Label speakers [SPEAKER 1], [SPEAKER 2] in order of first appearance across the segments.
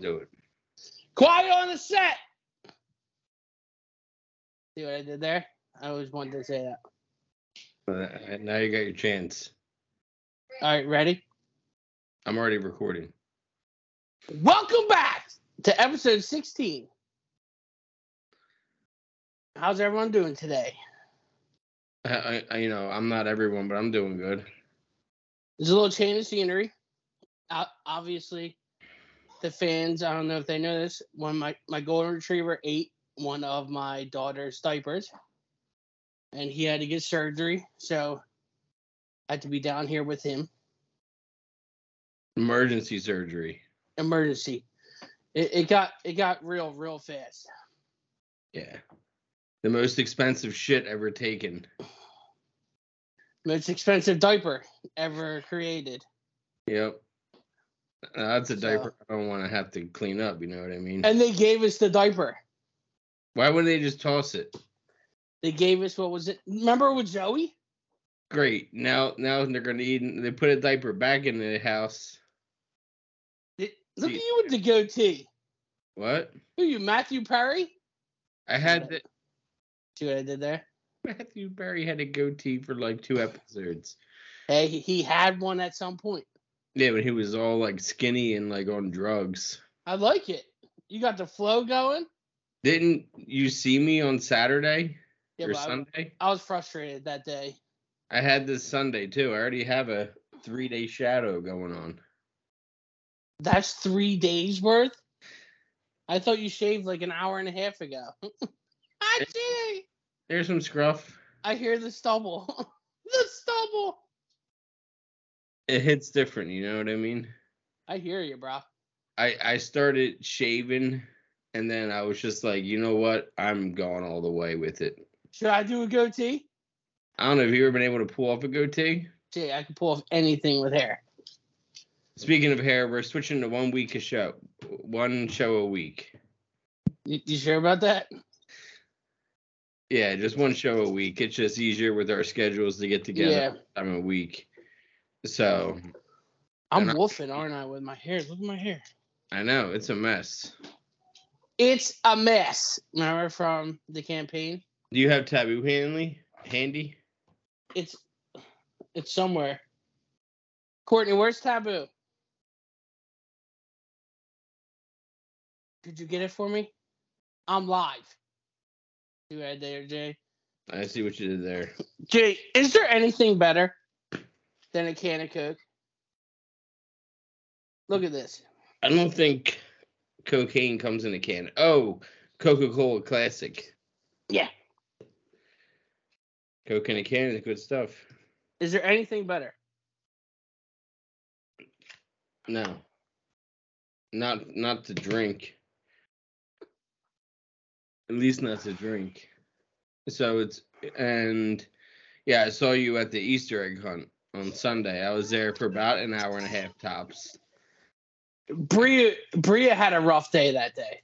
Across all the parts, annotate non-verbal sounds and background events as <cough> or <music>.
[SPEAKER 1] do it. Quiet on the set.
[SPEAKER 2] See what I did there? I always wanted to say that.
[SPEAKER 1] Uh, Now you got your chance.
[SPEAKER 2] All right, ready?
[SPEAKER 1] I'm already recording.
[SPEAKER 2] Welcome back to episode 16. How's everyone doing today?
[SPEAKER 1] I, I, I- you know, I'm not everyone, but I'm doing good.
[SPEAKER 2] There's a little change of scenery. O- obviously, the fans, I don't know if they know this, when my, my golden retriever ate one of my daughter's diapers and he had to get surgery. So I had to be down here with him.
[SPEAKER 1] Emergency surgery.
[SPEAKER 2] Emergency. It, it got it got real real fast.
[SPEAKER 1] Yeah. The most expensive shit ever taken.
[SPEAKER 2] Most expensive diaper ever created.
[SPEAKER 1] Yep. Uh, That's a
[SPEAKER 2] So-
[SPEAKER 1] diaper I don't want to have to clean up. You know what I mean?
[SPEAKER 2] And they gave us the diaper.
[SPEAKER 1] Why wouldn't they just toss it?
[SPEAKER 2] They gave us what was it? Remember with Zoe?
[SPEAKER 1] Great. Now, now they're gonna eat. They put a diaper back in the house.
[SPEAKER 2] Did- Look
[SPEAKER 1] Yeah.
[SPEAKER 2] at you with the goatee.
[SPEAKER 1] What?
[SPEAKER 2] Who you, Matthew Perry?
[SPEAKER 1] I had the, <laughs>
[SPEAKER 2] See what I did there?
[SPEAKER 1] Matthew Barry had a goatee for like two episodes.
[SPEAKER 2] Hey, he- he had one at some point.
[SPEAKER 1] Yeah, when he was all like skinny and like on drugs.
[SPEAKER 2] I like it. You got the flow going.
[SPEAKER 1] Didn't you see me on Saturday
[SPEAKER 2] Yeah,
[SPEAKER 1] or
[SPEAKER 2] but I,
[SPEAKER 1] Sunday?
[SPEAKER 2] I was frustrated that day.
[SPEAKER 1] I had this Sunday too. I already have a three day shadow going on.
[SPEAKER 2] That's three days worth. I thought you shaved like an hour and a half ago. <laughs> Achoo!
[SPEAKER 1] There's some scruff.
[SPEAKER 2] I hear the stubble. <laughs> the stubble.
[SPEAKER 1] It hits different, you know what I mean?
[SPEAKER 2] I hear you, bro.
[SPEAKER 1] I I started shaving and then I was just like, you know what? I'm going all the way with it.
[SPEAKER 2] Should I do a goatee?
[SPEAKER 1] I don't know if you ever been able to pull off a goatee.
[SPEAKER 2] Gee, I can pull off anything with hair.
[SPEAKER 1] Speaking of hair, we're switching to one week a show, one show a week.
[SPEAKER 2] You, you sure about that?
[SPEAKER 1] Yeah, just one show a week. It's just easier with our schedules to get together
[SPEAKER 2] Yeah.
[SPEAKER 1] time a week. So
[SPEAKER 2] I'm
[SPEAKER 1] And I-
[SPEAKER 2] wolfing, aren't I, with my hair? Look at my hair.
[SPEAKER 1] I know it's a mess.
[SPEAKER 2] It's a mess. Remember from the campaign?
[SPEAKER 1] Do you have taboo handy? Handy?
[SPEAKER 2] It's it's somewhere. Courtney, where's Taboo? Did you get it for me? I'm live. You right there, Jay.
[SPEAKER 1] I see what you did there.
[SPEAKER 2] Jay, is there anything better than a can of Coke? Look at this.
[SPEAKER 1] I don't think cocaine comes in a can. Oh, Coca Cola Classic.
[SPEAKER 2] Yeah.
[SPEAKER 1] Coke in a can is good stuff.
[SPEAKER 2] Is there anything better?
[SPEAKER 1] No. Not not to drink. At least not to drink. So it's and yeah, I saw you at the Easter egg hunt on Sunday. I was there for about an hour and a half tops.
[SPEAKER 2] Bria Bria had a rough day that day.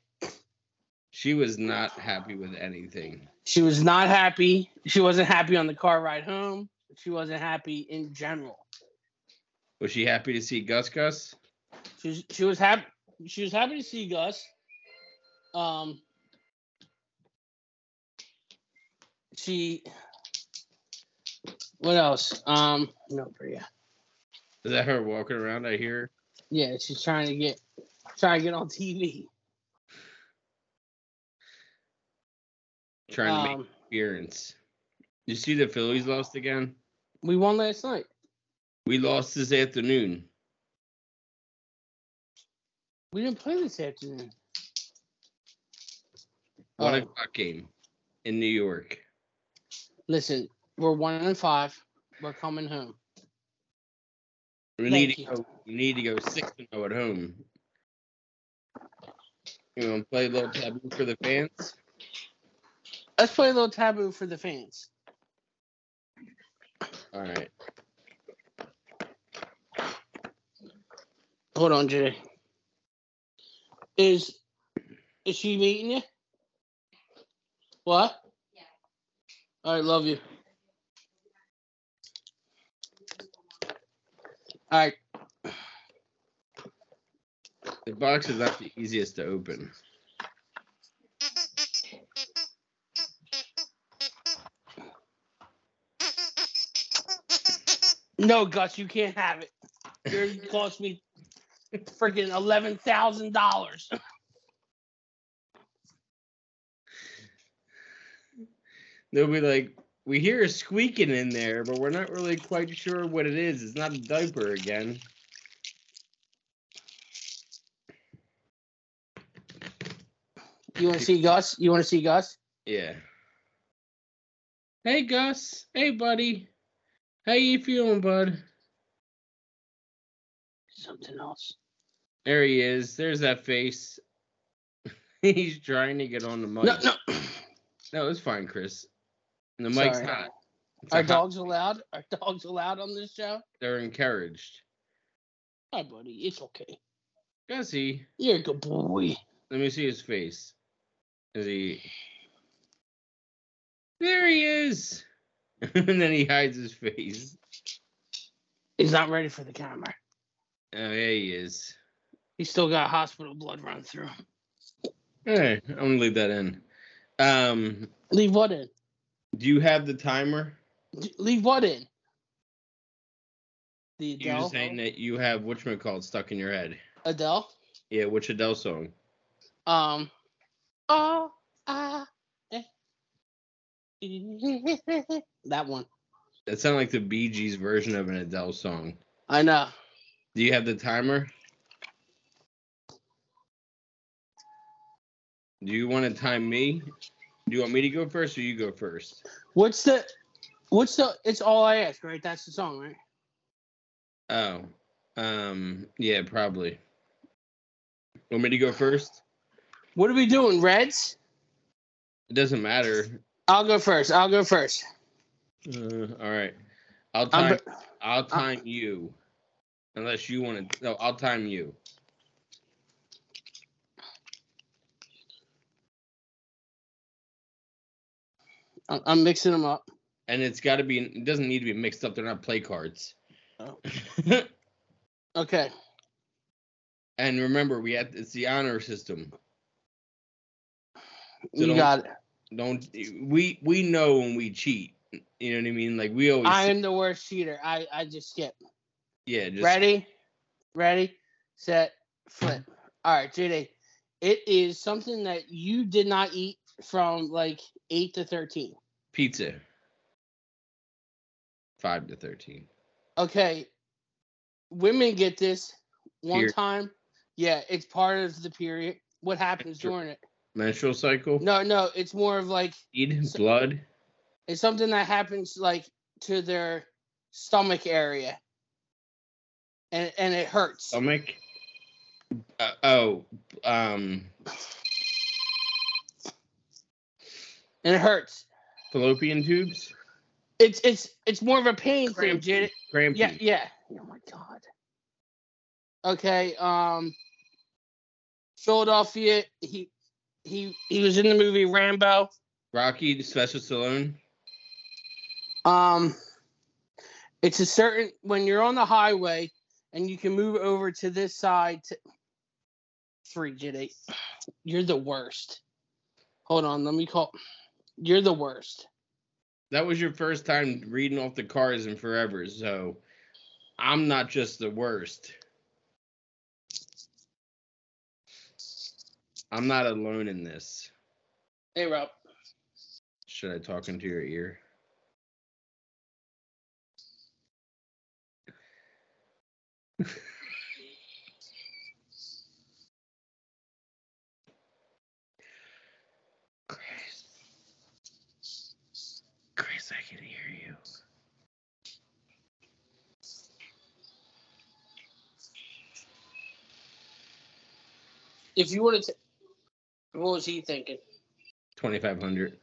[SPEAKER 1] She was not happy with anything.
[SPEAKER 2] She was not happy. She wasn't happy on the car ride home. She wasn't happy in general.
[SPEAKER 1] Was she happy to see Gus Gus?
[SPEAKER 2] She was, she was happy. She was happy to see Gus. Um, she. What else? Um, no, Bria.
[SPEAKER 1] Is that her walking around? I hear.
[SPEAKER 2] Yeah, she's trying to get, trying to get on TV.
[SPEAKER 1] Trying to make
[SPEAKER 2] Um,
[SPEAKER 1] an appearance. You see the Phillies lost again?
[SPEAKER 2] we won last night.
[SPEAKER 1] We lost this afternoon.
[SPEAKER 2] We didn't play this afternoon.
[SPEAKER 1] One
[SPEAKER 2] Oh.
[SPEAKER 1] o'clock game in New York.
[SPEAKER 2] Listen, we're one and five. We're coming home.
[SPEAKER 1] We need
[SPEAKER 2] Thank
[SPEAKER 1] to
[SPEAKER 2] you.
[SPEAKER 1] go. We need to go six and zero at home. You want to play a little taboo for the fans?
[SPEAKER 2] Let's play a little taboo for the fans.
[SPEAKER 1] All right.
[SPEAKER 2] Hold on, Jay. Is is she meeting you? What? Yeah. All right, love you. All right.
[SPEAKER 1] The box is not the easiest to open.
[SPEAKER 2] No, Gus, you can't have it. Yours cost me freaking eleven thousand dollars.
[SPEAKER 1] They'll be like, we hear a squeaking in there, but we're not really quite sure what it is. It's not a diaper again.
[SPEAKER 2] You want to see Gus? You want to see Gus?
[SPEAKER 1] Yeah. Hey Gus. Hey buddy. How you feeling, bud?
[SPEAKER 2] Something else.
[SPEAKER 1] There he is. There's that face. <laughs> He's trying to get on the mic.
[SPEAKER 2] No,
[SPEAKER 1] <laughs>
[SPEAKER 2] no.
[SPEAKER 1] No, it's fine, Chris. The mic's
[SPEAKER 2] Sorry.
[SPEAKER 1] hot. It's a
[SPEAKER 2] Are
[SPEAKER 1] hot-
[SPEAKER 2] dogs allowed? Are dogs allowed on this show?
[SPEAKER 1] They're encouraged.
[SPEAKER 2] Hi, buddy. It's okay.
[SPEAKER 1] Gussie,
[SPEAKER 2] You're a good boy.
[SPEAKER 1] let me see his face. Is he? There he is. <laughs> and then he hides his face.
[SPEAKER 2] He's not ready for the camera.
[SPEAKER 1] Oh, there he is.
[SPEAKER 2] He's still got hospital blood run through him.
[SPEAKER 1] All right, I'm gonna leave that in. Um,
[SPEAKER 2] Leave what in?
[SPEAKER 1] do you have the timer?
[SPEAKER 2] D- Leave what in? The
[SPEAKER 1] You were
[SPEAKER 2] Adele.
[SPEAKER 1] saying that you have whatchamacallit stuck in your head.
[SPEAKER 2] Adele.
[SPEAKER 1] Yeah, which Adele song?
[SPEAKER 2] Um. Oh, ah, eh. <laughs> that one.
[SPEAKER 1] That sounded like the Bee Gees version of an Adele song.
[SPEAKER 2] I know.
[SPEAKER 1] Do you have the timer? Do you want to time me? Do you want me to go first or you go first?
[SPEAKER 2] What's the? What's the? It's all I ask, right? That's the song, right?
[SPEAKER 1] Oh, um, yeah, probably. Want me to go first?
[SPEAKER 2] What are we doing, Reds?
[SPEAKER 1] It doesn't matter.
[SPEAKER 2] I'll go first. I'll go first.
[SPEAKER 1] Uh, all right, I'll
[SPEAKER 2] I'm,
[SPEAKER 1] time. I'll time you, unless you want to. No, I'll time you.
[SPEAKER 2] I'm- I'm mixing them up.
[SPEAKER 1] And it's got to be. It doesn't need to be mixed up. They're not play cards.
[SPEAKER 2] Oh. Okay.
[SPEAKER 1] and remember, we have it's the honor system.
[SPEAKER 2] You
[SPEAKER 1] don't-
[SPEAKER 2] got it.
[SPEAKER 1] don't we we know when we cheat you know what i mean like we always
[SPEAKER 2] I am the worst cheater. I, I just skip.
[SPEAKER 1] yeah just
[SPEAKER 2] Ready? Ready? Set. Flip. All right, JD. It is something that you did not eat from like 8 to 13.
[SPEAKER 1] pizza 5 to 13
[SPEAKER 2] Okay. Women get this one
[SPEAKER 1] Period.
[SPEAKER 2] time. Yeah, it's part of the period. What happens
[SPEAKER 1] Sure.
[SPEAKER 2] during it?
[SPEAKER 1] menstrual cycle
[SPEAKER 2] No, no, it's more of like
[SPEAKER 1] Need
[SPEAKER 2] so-
[SPEAKER 1] blood
[SPEAKER 2] it's something that happens like to their stomach area. And and it hurts.
[SPEAKER 1] stomach uh, oh um
[SPEAKER 2] And it hurts.
[SPEAKER 1] fallopian tubes
[SPEAKER 2] It's it's it's more of a pain thing,
[SPEAKER 1] Crampy.
[SPEAKER 2] Janet.
[SPEAKER 1] crampy
[SPEAKER 2] Yeah, yeah. Oh my god. Okay, um Philadelphia, he he he was in the movie Rambo.
[SPEAKER 1] rocky special Stallone.
[SPEAKER 2] Um it's a certain when you're on the highway and you can move over to this side to three Jitty. You're the worst. Hold on, let me call you're the worst.
[SPEAKER 1] that was your first time reading off the cards in forever so i'm not just the worst i'm not alone in this
[SPEAKER 2] Hey Rob.
[SPEAKER 1] Should I talk into your ear? <laughs> Chris. Chris, I can hear you.
[SPEAKER 2] If you wanted to what was he thinking?
[SPEAKER 1] 2500.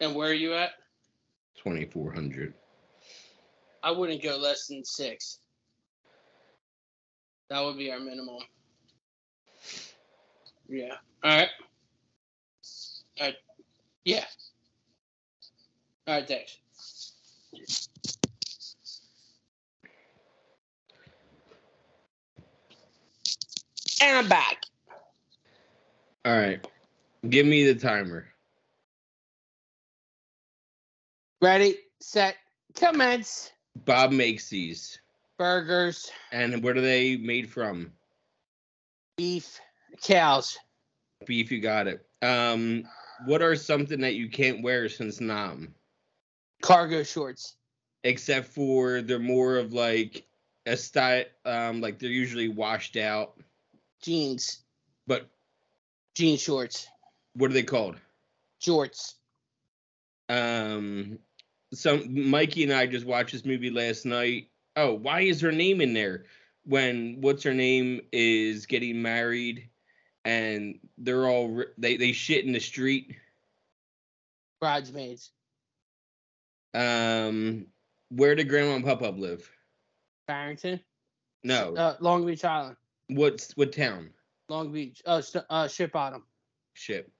[SPEAKER 2] And where are you at?
[SPEAKER 1] 2400.
[SPEAKER 2] I wouldn't go less than six. That would be our minimum. Yeah. All right. All right. Yeah. All right, thanks. And I'm back.
[SPEAKER 1] All right. Give me the timer.
[SPEAKER 2] Ready, set, commence.
[SPEAKER 1] Bob makes these.
[SPEAKER 2] Burgers,
[SPEAKER 1] And what are they made from?
[SPEAKER 2] beef, cows.
[SPEAKER 1] Beef, you got it. Um, what are something that you can't wear since Nam?
[SPEAKER 2] cargo shorts.
[SPEAKER 1] Except for they're more of like a style, um, like they're usually washed out.
[SPEAKER 2] Jeans.
[SPEAKER 1] But
[SPEAKER 2] Jean shorts.
[SPEAKER 1] what are they called?
[SPEAKER 2] Jorts.
[SPEAKER 1] Um, some Mikey and I just watched this movie last night. Oh, why is her name in there? When what's her name is getting married, and they're all ri- they they shit in the street.
[SPEAKER 2] Bridesmaids.
[SPEAKER 1] Um, where did Grandma and Papa live?
[SPEAKER 2] Barrington.
[SPEAKER 1] No,
[SPEAKER 2] Uh, Long Beach Island.
[SPEAKER 1] what's what town?
[SPEAKER 2] Long Beach. Uh, st- uh Ship Bottom.
[SPEAKER 1] Shit.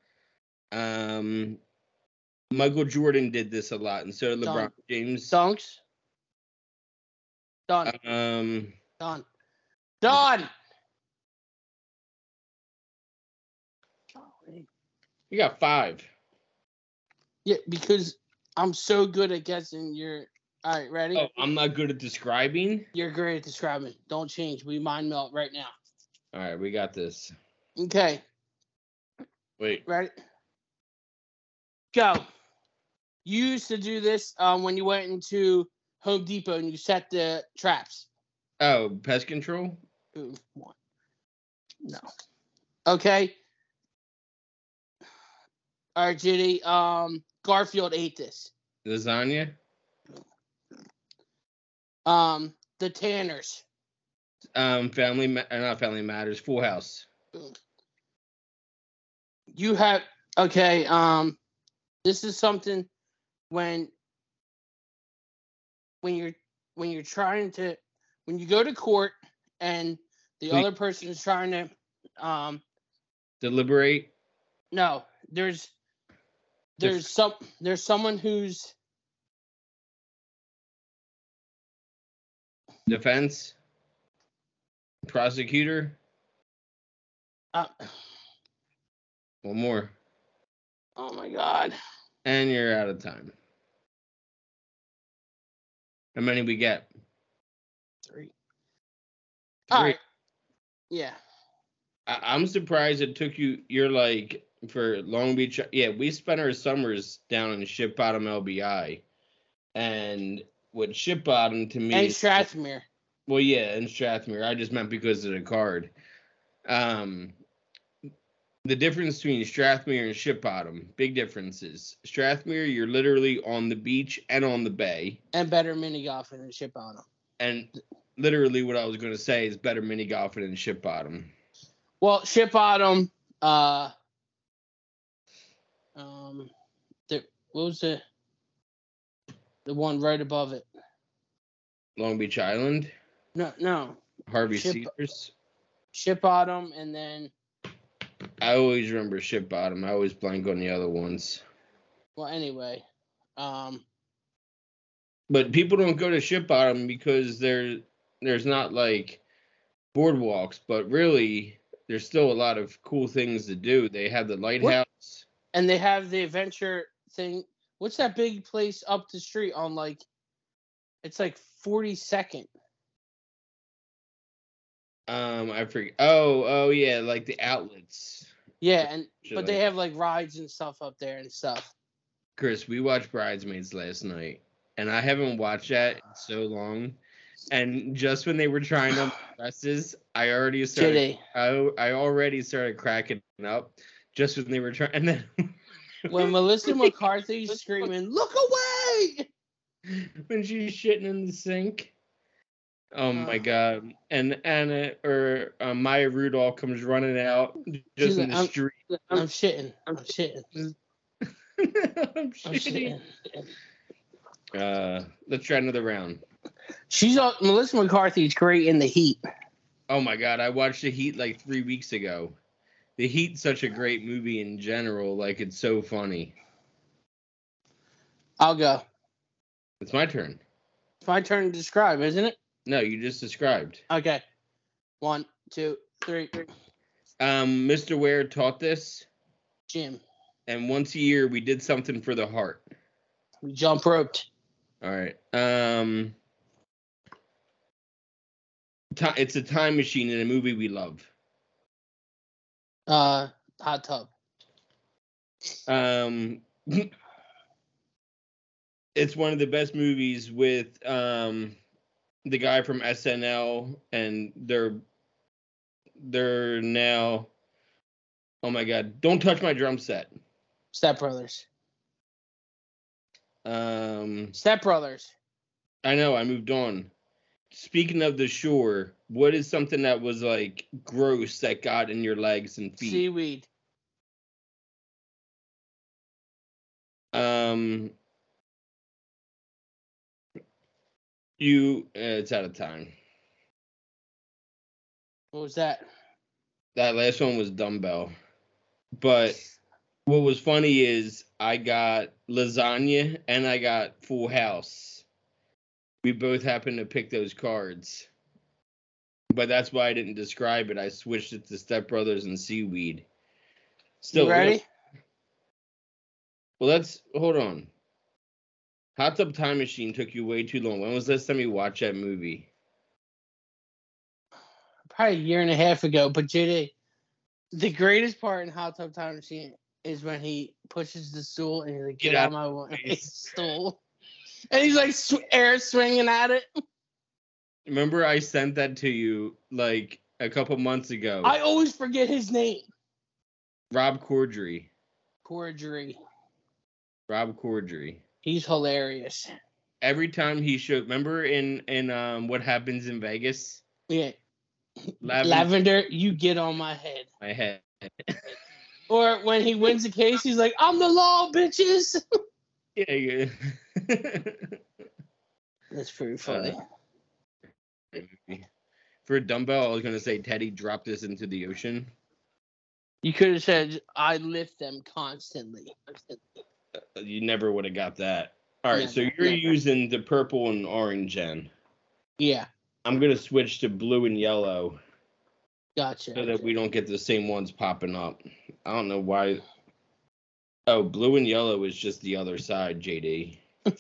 [SPEAKER 1] Um, Michael Jordan did this a lot, and so did LeBron
[SPEAKER 2] Dunk.
[SPEAKER 1] James.
[SPEAKER 2] Dunks. Done.
[SPEAKER 1] Um,
[SPEAKER 2] Done. Done.
[SPEAKER 1] you got five.
[SPEAKER 2] Yeah, because I'm so good at guessing. You're all right. Ready?
[SPEAKER 1] Oh, I'm not good at describing.
[SPEAKER 2] You're great at describing. Don't change. We mind melt right now.
[SPEAKER 1] All right, we got this.
[SPEAKER 2] Okay.
[SPEAKER 1] Wait,
[SPEAKER 2] Ready? Go. You used to do this um, when you went into Home Depot and you set the traps.
[SPEAKER 1] Oh, pest control?
[SPEAKER 2] Ooh, one. No. Okay. All right, Judy. Um, Garfield ate this.
[SPEAKER 1] Lasagna?
[SPEAKER 2] Um, the Tanners.
[SPEAKER 1] Um, family, ma- uh, not family matters, full house.
[SPEAKER 2] You have okay. Um, this is something when when you're when you're trying to when you go to court and the
[SPEAKER 1] Please.
[SPEAKER 2] other person is trying to um
[SPEAKER 1] Deliberate?
[SPEAKER 2] no there's
[SPEAKER 1] Dif-
[SPEAKER 2] there's some there's someone who's
[SPEAKER 1] Defense? Prosecutor?
[SPEAKER 2] uh,
[SPEAKER 1] One more.
[SPEAKER 2] oh my god
[SPEAKER 1] And you're out of time. How many we get?
[SPEAKER 2] three
[SPEAKER 1] Three.
[SPEAKER 2] all right yeah
[SPEAKER 1] I- I'm surprised it took you, you're like, for Long Beach. Yeah, we spent our summers down in Ship Bottom LBI. And with Ship Bottom to me.
[SPEAKER 2] and
[SPEAKER 1] is-
[SPEAKER 2] Strathmere
[SPEAKER 1] Well, yeah, and Strathmere. I just meant because of the card. Um, the difference between Strathmere and Ship Bottom, big differences. Strathmere, you're literally on the beach and on the bay,
[SPEAKER 2] and better mini golfing and ship on them
[SPEAKER 1] and literally what I was going to say is better mini golfing than Ship Bottom.
[SPEAKER 2] Well, ship bottom. Uh, um, the what was the the one right above it?
[SPEAKER 1] Long Beach Island,
[SPEAKER 2] No, no,
[SPEAKER 1] Harvey
[SPEAKER 2] Ship-
[SPEAKER 1] Cedars.
[SPEAKER 2] ship bottom, and then
[SPEAKER 1] I always remember Ship Bottom. I always blank on the other ones.
[SPEAKER 2] well, anyway, um,
[SPEAKER 1] but people don't go to ship bottom because there there's not like boardwalks but really there's still a lot of cool things to do they have the lighthouse
[SPEAKER 2] and they have the adventure thing. What's that big place up the street on like? It's like forty second.
[SPEAKER 1] um i forget oh oh yeah like the outlets
[SPEAKER 2] Yeah, and
[SPEAKER 1] Shit
[SPEAKER 2] but
[SPEAKER 1] like
[SPEAKER 2] they
[SPEAKER 1] that.
[SPEAKER 2] have like rides and stuff up there and stuff.
[SPEAKER 1] chris we watched bridesmaids last night and i haven't watched that in so long and just when they were trying on dresses i already started
[SPEAKER 2] Jitty.
[SPEAKER 1] I, I already started cracking up just when they were trying <laughs> and then <laughs>
[SPEAKER 2] When Melissa McCarthy's screaming, "Look away!"
[SPEAKER 1] when she's shitting in the sink. Oh my
[SPEAKER 2] Ugh.
[SPEAKER 1] god! And Anna or uh, Maya Rudolph comes running out
[SPEAKER 2] She's
[SPEAKER 1] just in
[SPEAKER 2] like, "Um,
[SPEAKER 1] the
[SPEAKER 2] "I'm-
[SPEAKER 1] street. <laughs>
[SPEAKER 2] I'm shitting. I'm shitting.
[SPEAKER 1] I'm
[SPEAKER 2] I'm
[SPEAKER 1] shitting.
[SPEAKER 2] shitting.
[SPEAKER 1] Uh, let's try another round.
[SPEAKER 2] She's all, Melissa McCarthy's great in the heat.
[SPEAKER 1] Oh my god! I watched The Heat like three weeks ago. The Heat's such a great movie in general. Like it's so funny.
[SPEAKER 2] I'll go.
[SPEAKER 1] It's my turn.
[SPEAKER 2] It's my turn to describe, isn't it?
[SPEAKER 1] No, you just described.
[SPEAKER 2] Okay. One, two, three.
[SPEAKER 1] Um, Mr. Ware taught this,
[SPEAKER 2] Jim,
[SPEAKER 1] and once a year we did something for the heart.
[SPEAKER 2] we jump roped.
[SPEAKER 1] All right. Um, ti- it's a time machine in a movie we love.
[SPEAKER 2] Uh, hot tub.
[SPEAKER 1] Um, <laughs> it's one of the best movies with um, the guy from SNL, and they're they're now. Oh my God! Don't touch my drum set.
[SPEAKER 2] Step Brothers.
[SPEAKER 1] Um,
[SPEAKER 2] Step Brothers.
[SPEAKER 1] I know. I moved on. Speaking of the shore, what is something that was like gross that got in your legs and feet?
[SPEAKER 2] Seaweed.
[SPEAKER 1] Um, you, uh, it's out of time.
[SPEAKER 2] What was that?
[SPEAKER 1] That last one was dumbbell. But what was funny is I got lasagna and I got full house. We both happened to pick those cards. But that's why I didn't describe it. I switched it to Step Brothers and Seaweed.
[SPEAKER 2] you ready?
[SPEAKER 1] Well, that's hold on. Hot Tub Time Machine took you way too long. When was the last time you watched that movie?
[SPEAKER 2] Probably a year and a half ago, but JD, the greatest part in Hot Tub Time Machine is when he pushes the stool and he's like,
[SPEAKER 1] Get
[SPEAKER 2] "Get,
[SPEAKER 1] out
[SPEAKER 2] out, my <laughs> way, stool," and he's like sw- air swinging at it.
[SPEAKER 1] Remember, I sent that to you like a couple months ago.
[SPEAKER 2] I always forget his name.
[SPEAKER 1] Rob Corddry.
[SPEAKER 2] Cordry.
[SPEAKER 1] Rob Corddry.
[SPEAKER 2] He's hilarious.
[SPEAKER 1] Every time he showed, remember in in um what happens in Vegas?
[SPEAKER 2] Yeah,
[SPEAKER 1] Lavin-
[SPEAKER 2] Lavender, you get on my head.
[SPEAKER 1] my head. <laughs>
[SPEAKER 2] Or when he wins the case, he's like, "I'm the law, bitches." <laughs>
[SPEAKER 1] Yeah, yeah. <laughs>
[SPEAKER 2] That's pretty funny.
[SPEAKER 1] For dumbbell, I was gonna say Teddy dropped this into the ocean.
[SPEAKER 2] you could have said, "I lift them constantly."
[SPEAKER 1] You never would have got that. All right, so
[SPEAKER 2] Never,
[SPEAKER 1] you're
[SPEAKER 2] never.
[SPEAKER 1] using the purple and orange then.
[SPEAKER 2] Yeah,
[SPEAKER 1] I'm gonna switch to blue and yellow
[SPEAKER 2] gotcha.
[SPEAKER 1] so that we don't get the same ones popping up. I don't know why. Oh, blue and yellow is just the other side, JD.
[SPEAKER 2] <laughs>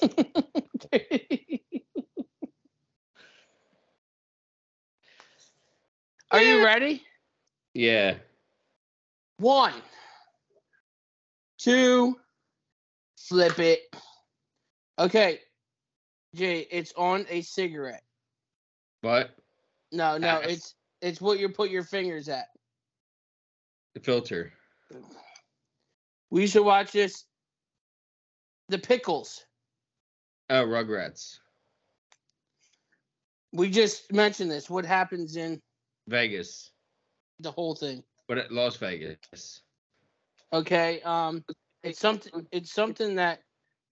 [SPEAKER 2] Are you ready?
[SPEAKER 1] Yeah.
[SPEAKER 2] One, two, flip it. Okay, Jay, it's on a cigarette.
[SPEAKER 1] But
[SPEAKER 2] No, no,
[SPEAKER 1] Ass.
[SPEAKER 2] it's it's what you put your fingers at.
[SPEAKER 1] the filter.
[SPEAKER 2] We should watch this. The pickles.
[SPEAKER 1] Oh, Rugrats.
[SPEAKER 2] We just mentioned this. What happens in
[SPEAKER 1] Vegas.
[SPEAKER 2] the whole thing?
[SPEAKER 1] But at Las Vegas.
[SPEAKER 2] Okay. Um, it's something. It's something that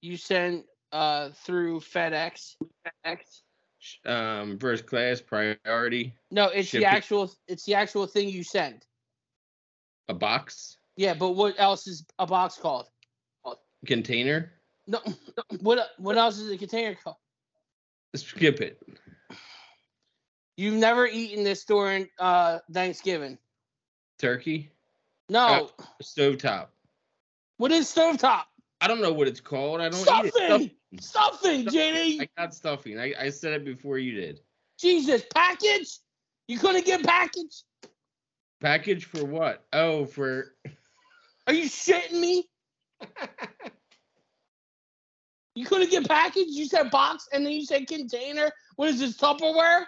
[SPEAKER 2] you send uh through FedEx. FedEx.
[SPEAKER 1] Sh- Um, first class, priority,
[SPEAKER 2] No, it's
[SPEAKER 1] Shipping.
[SPEAKER 2] the actual. It's the actual thing you send.
[SPEAKER 1] a box,
[SPEAKER 2] Yeah, but what else is a box called?
[SPEAKER 1] container.
[SPEAKER 2] No, <clears throat> what what else is a container called?
[SPEAKER 1] Skip it.
[SPEAKER 2] You've never eaten this during uh Thanksgiving.
[SPEAKER 1] Turkey.
[SPEAKER 2] No.
[SPEAKER 1] Uh, Stovetop.
[SPEAKER 2] What is stovetop?
[SPEAKER 1] I don't know what it's called. I don't eat it.
[SPEAKER 2] Stuffing,
[SPEAKER 1] Stuffing.
[SPEAKER 2] stuffing,
[SPEAKER 1] Stuffing.
[SPEAKER 2] JD.
[SPEAKER 1] I got stuffing. I, I said it before you did.
[SPEAKER 2] Jesus, package. You couldn't get package.
[SPEAKER 1] Package for what? Oh, for
[SPEAKER 2] Are you
[SPEAKER 1] <laughs>
[SPEAKER 2] shitting me? You couldn't get package. You said box, and then you said container. What is this Tupperware?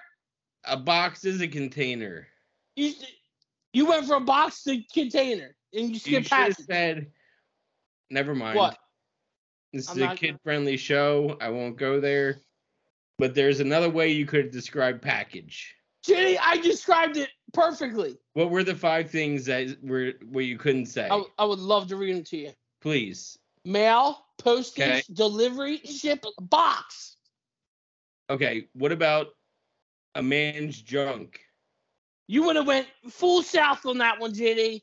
[SPEAKER 1] a box is a container.
[SPEAKER 2] You you went from box to container, and you
[SPEAKER 1] You
[SPEAKER 2] skipped
[SPEAKER 1] should have
[SPEAKER 2] package.
[SPEAKER 1] said. Never mind.
[SPEAKER 2] What?
[SPEAKER 1] This is
[SPEAKER 2] I'm
[SPEAKER 1] a
[SPEAKER 2] not gonna-
[SPEAKER 1] kid-friendly show. I won't go there. But there's another way you could describe package.
[SPEAKER 2] JD, I described it perfectly.
[SPEAKER 1] What were the five things that were what you couldn't say?
[SPEAKER 2] I, I would love to read them to you.
[SPEAKER 1] Please.
[SPEAKER 2] Mail, postage,
[SPEAKER 1] Okay.
[SPEAKER 2] delivery, ship, box.
[SPEAKER 1] Okay. What about a man's junk?
[SPEAKER 2] You would have went full south on that one, JD.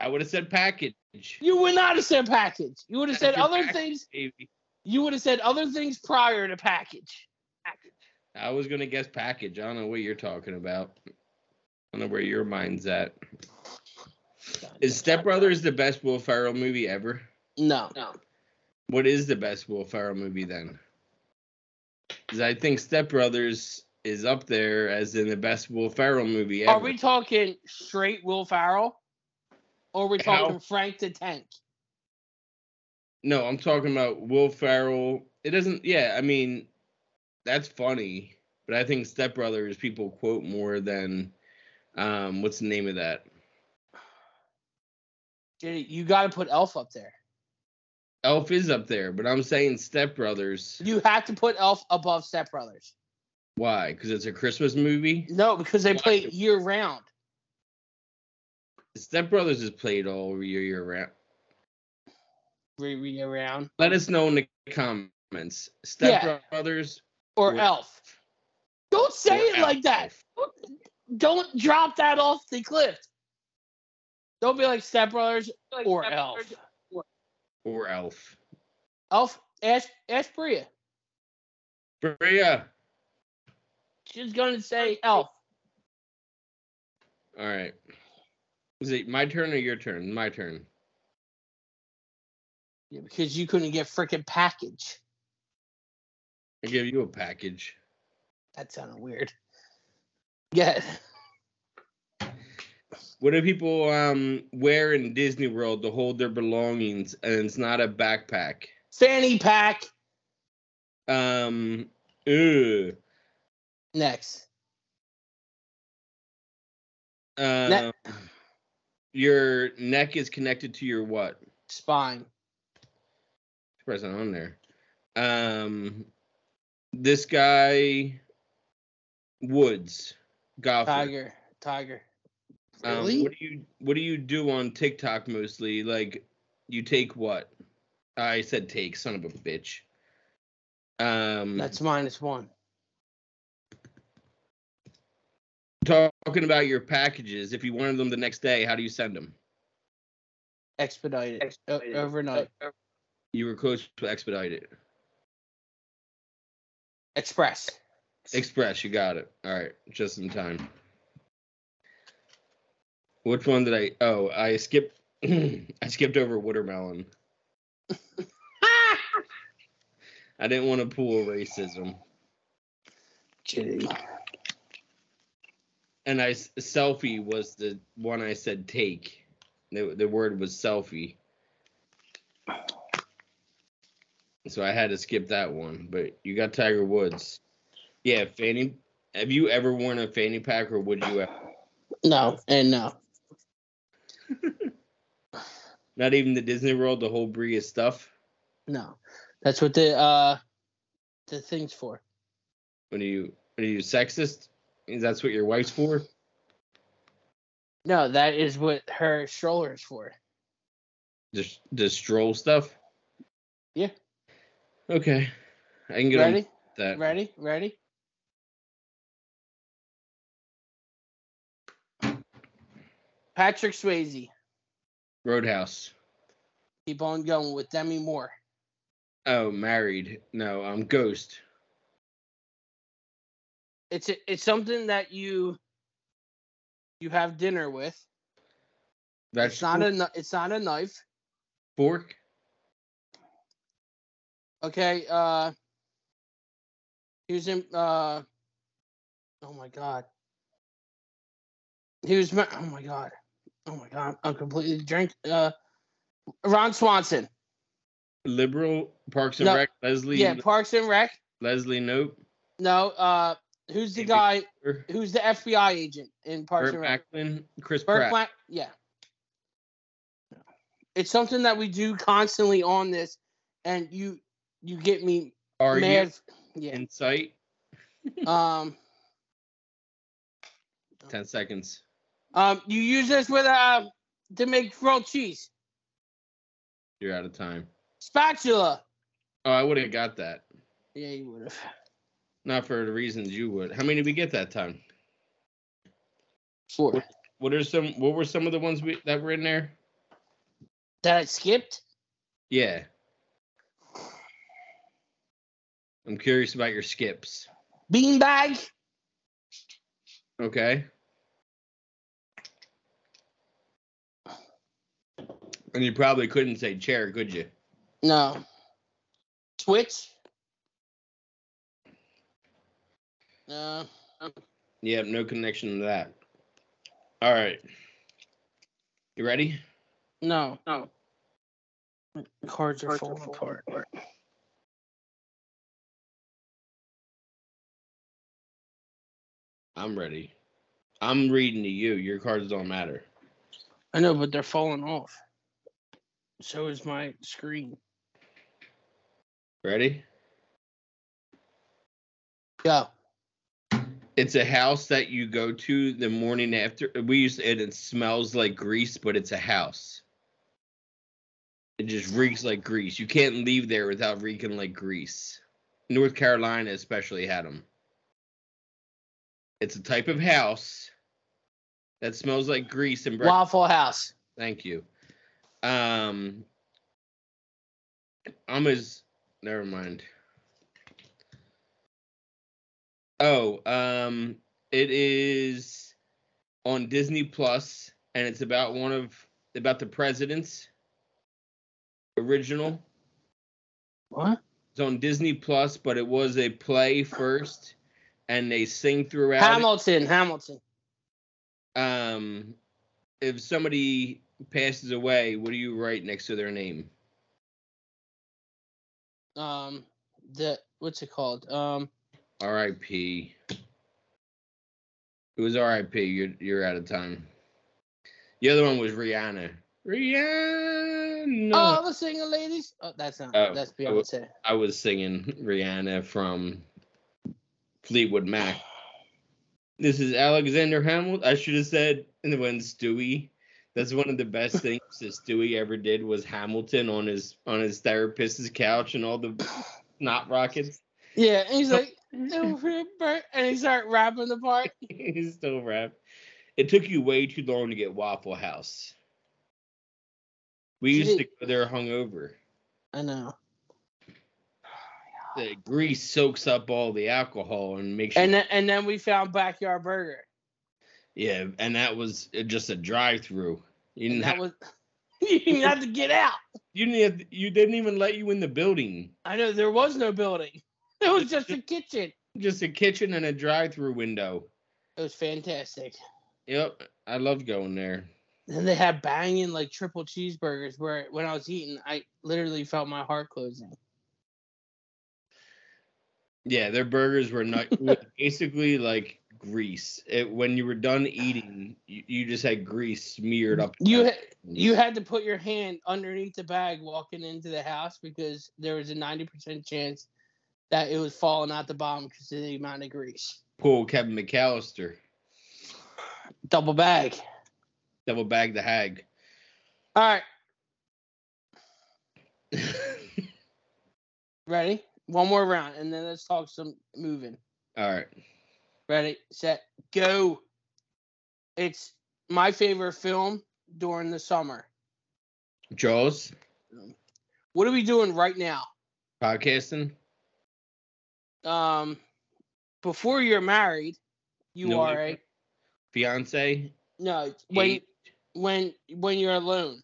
[SPEAKER 1] I would have said package.
[SPEAKER 2] You would not have said package. You would have
[SPEAKER 1] That's
[SPEAKER 2] said
[SPEAKER 1] your
[SPEAKER 2] other
[SPEAKER 1] package,
[SPEAKER 2] things.
[SPEAKER 1] baby.
[SPEAKER 2] You would have said other things prior to package. Package.
[SPEAKER 1] I was gonna guess package. I don't know what you're talking about. I don't know where your mind's at. Is Step Brothers the best Will Ferrell movie ever?
[SPEAKER 2] No, no.
[SPEAKER 1] What is the best Will Ferrell movie then? 'Cause I think Step Brothers is up there as in the best Will Ferrell movie ever.
[SPEAKER 2] Are we talking straight Will Farrell, or are we
[SPEAKER 1] How-
[SPEAKER 2] talking Frank the Tank?
[SPEAKER 1] no, I'm talking about Will Ferrell. It doesn't. Yeah, I mean, that's funny, but I think Step Brothers people quote more than um, what's the name of that?
[SPEAKER 2] Dude, you got to put Elf up there.
[SPEAKER 1] Elf is up there, but I'm saying Step Brothers.
[SPEAKER 2] You have to put Elf above Step Brothers.
[SPEAKER 1] Why? Because it's a Christmas movie.
[SPEAKER 2] No, because they
[SPEAKER 1] Why?
[SPEAKER 2] play it year round.
[SPEAKER 1] Step Brothers is played all year, year round.
[SPEAKER 2] Re- re- Year round.
[SPEAKER 1] Let us know in the comments. Step
[SPEAKER 2] Yeah.
[SPEAKER 1] Brothers
[SPEAKER 2] Or
[SPEAKER 1] Or-
[SPEAKER 2] Elf. Don't say
[SPEAKER 1] or
[SPEAKER 2] it like that.
[SPEAKER 1] Elf.
[SPEAKER 2] Don't drop that off the cliff. Don't be like Step Brothers or Elf.
[SPEAKER 1] or Elf.
[SPEAKER 2] Elf, ask, ask Bria.
[SPEAKER 1] Bria.
[SPEAKER 2] She's going to say Elf.
[SPEAKER 1] All right. Is it my turn or your turn? My turn.
[SPEAKER 2] Yeah, because you couldn't get frickin' package.
[SPEAKER 1] I give you a package.
[SPEAKER 2] That sounded weird. Yeah.
[SPEAKER 1] What do people um wear in Disney World to hold their belongings and it's not a backpack?
[SPEAKER 2] Fanny pack
[SPEAKER 1] Um ew.
[SPEAKER 2] next.
[SPEAKER 1] Um, your neck is connected to your what?
[SPEAKER 2] Spine.
[SPEAKER 1] Present on there. Um this guy Woods golfer.
[SPEAKER 2] Tiger. Tiger.
[SPEAKER 1] Um,
[SPEAKER 2] Really?
[SPEAKER 1] what do you what do you do on TikTok mostly? Like you take what? I said take, son of a bitch. Um
[SPEAKER 2] That's minus one.
[SPEAKER 1] talking about your packages. If you wanted them the next day, how do you send them?
[SPEAKER 2] Expedited. O- overnight.
[SPEAKER 1] You were close to expedite it.
[SPEAKER 2] Express.
[SPEAKER 1] Express, you got it. All right, just in time. Which one did I? Oh, I skipped. <clears throat> I skipped over watermelon. I didn't want to pull racism,
[SPEAKER 2] Jitty.
[SPEAKER 1] and I s- selfie was the one I said take. The the word was selfie, so I had to skip that one. But you got Tiger Woods. Yeah, fanny. Have you ever worn a fanny pack, or would you? Ever?
[SPEAKER 2] No, and no.
[SPEAKER 1] Not even the Disney World, the whole Bria stuff.
[SPEAKER 2] No. That's what the uh the thing's for.
[SPEAKER 1] What are you? Are you sexist? Is that's what your wife's for?
[SPEAKER 2] No, that is what her stroller is for.
[SPEAKER 1] Just the stroll stuff.
[SPEAKER 2] Yeah.
[SPEAKER 1] Okay. I can get on
[SPEAKER 2] Ready?
[SPEAKER 1] with that.
[SPEAKER 2] Ready? Ready? Patrick Swayze.
[SPEAKER 1] Roadhouse.
[SPEAKER 2] Keep on going with Demi Moore.
[SPEAKER 1] Oh, married. No, I'm ghost.
[SPEAKER 2] It's a, it's something that you you have dinner with.
[SPEAKER 1] That's
[SPEAKER 2] It's not a kni- it's not a knife.
[SPEAKER 1] fork.
[SPEAKER 2] Okay, uh he was in uh oh my god. He was ma- oh my god. Oh my god, I'm completely drink uh Ron Swanson.
[SPEAKER 1] Liberal. Parks and
[SPEAKER 2] No.
[SPEAKER 1] Rec. Leslie.
[SPEAKER 2] Yeah, Parks and Rec.
[SPEAKER 1] Leslie Nope.
[SPEAKER 2] No, uh who's the
[SPEAKER 1] Maybe
[SPEAKER 2] guy
[SPEAKER 1] Burt
[SPEAKER 2] who's the FBI agent in Parks and Rec?
[SPEAKER 1] Macklin. Chris
[SPEAKER 2] Burt
[SPEAKER 1] Pratt.
[SPEAKER 2] Black- yeah. It's something that we do constantly on this and you you get me
[SPEAKER 1] Are
[SPEAKER 2] mad.
[SPEAKER 1] you
[SPEAKER 2] Yeah.
[SPEAKER 1] in sight?
[SPEAKER 2] Um
[SPEAKER 1] Ten seconds.
[SPEAKER 2] Um, you use this with uh to make grilled cheese.
[SPEAKER 1] You're out of time.
[SPEAKER 2] Spatula.
[SPEAKER 1] Oh, I would have got that.
[SPEAKER 2] Yeah, you would have.
[SPEAKER 1] Not for the reasons you would. How many did we get that time?
[SPEAKER 2] Four.
[SPEAKER 1] What are some? What were some of the ones we, that were in there?
[SPEAKER 2] That I skipped.
[SPEAKER 1] Yeah. I'm curious about your skips.
[SPEAKER 2] Beanbag.
[SPEAKER 1] Okay. And you probably couldn't say chair, could you?
[SPEAKER 2] No. Twitch. No.
[SPEAKER 1] Yeah, no connection to that. All right. You ready?
[SPEAKER 2] No. No. Cards are falling apart.
[SPEAKER 1] I'm ready. I'm reading to you. Your cards don't matter.
[SPEAKER 2] I know, but they're falling off. So is my screen.
[SPEAKER 1] Ready?
[SPEAKER 2] Go.
[SPEAKER 1] It's a house that you go to the morning after. We used to, and it smells like grease, but it's a house. It just reeks like grease. You can't leave there without reeking like grease. North Carolina especially had them. It's a type of house that smells like grease and breakfast.
[SPEAKER 2] Waffle House.
[SPEAKER 1] Thank you. Um, I'm as never mind. Oh, um, it is on Disney Plus, and it's about one of about the presidents. Original.
[SPEAKER 2] What?
[SPEAKER 1] It's on Disney Plus, but it was a play first, and they sing throughout. it.
[SPEAKER 2] Hamilton. Hamilton.
[SPEAKER 1] um, if somebody passes away, what do you write next to their name?
[SPEAKER 2] Um, the what's it called? Um,
[SPEAKER 1] R.I.P. It was R.I.P. You're you're out of time. The other one was Rihanna. Rihanna.
[SPEAKER 2] oh, the single ladies. Oh, that's not.
[SPEAKER 1] Oh,
[SPEAKER 2] that's
[SPEAKER 1] oh.
[SPEAKER 2] Beyonce.
[SPEAKER 1] I was singing Rihanna from Fleetwood Mac. This is Alexander Hamilton. I should have said and when Stewie. That's one of the best things that Stewie ever did was Hamilton on his on his therapist's couch and all the snot rockets.
[SPEAKER 2] Yeah, and he's like, "No, Rupert," and he started rapping the part.
[SPEAKER 1] <laughs> He's still rap. It took you way too long to get Waffle House. We used to go there hungover.
[SPEAKER 2] I know.
[SPEAKER 1] The grease soaks up all the alcohol and makes you
[SPEAKER 2] And then, and then we found Backyard Burger.
[SPEAKER 1] Yeah, and that was uh, just a drive-through. You didn't
[SPEAKER 2] And that
[SPEAKER 1] have,
[SPEAKER 2] was <laughs> you didn't have to get out.
[SPEAKER 1] you didn't have, you didn't even let you in the building.
[SPEAKER 2] I know there was no building. It was just a kitchen.
[SPEAKER 1] Just a kitchen and a drive-through window.
[SPEAKER 2] It was fantastic.
[SPEAKER 1] Yep, I love going there.
[SPEAKER 2] And they had banging like triple cheeseburgers where when I was eating, I literally felt my heart closing.
[SPEAKER 1] Yeah, their burgers were
[SPEAKER 2] <laughs>
[SPEAKER 1] not were basically like grease. It, when you were done eating, you, you just had grease smeared up. and
[SPEAKER 2] You
[SPEAKER 1] down.
[SPEAKER 2] ha- you had to put your hand underneath the bag walking into the house because there was a 90% chance that it was falling out the bottom because of the amount of grease.
[SPEAKER 1] cool Kevin McAllister
[SPEAKER 2] Double bag.
[SPEAKER 1] double bag the hag. <laughs>
[SPEAKER 2] All right, ready? One more round and then let's talk some moving.
[SPEAKER 1] All right,
[SPEAKER 2] Ready, set, go. It's my favorite film during the summer.
[SPEAKER 1] Jaws
[SPEAKER 2] What are we doing right now?
[SPEAKER 1] podcasting.
[SPEAKER 2] Um, before you're married, you
[SPEAKER 1] No,
[SPEAKER 2] are
[SPEAKER 1] we-
[SPEAKER 2] a
[SPEAKER 1] Fiance,
[SPEAKER 2] no when
[SPEAKER 1] Eight.
[SPEAKER 2] when when you're alone.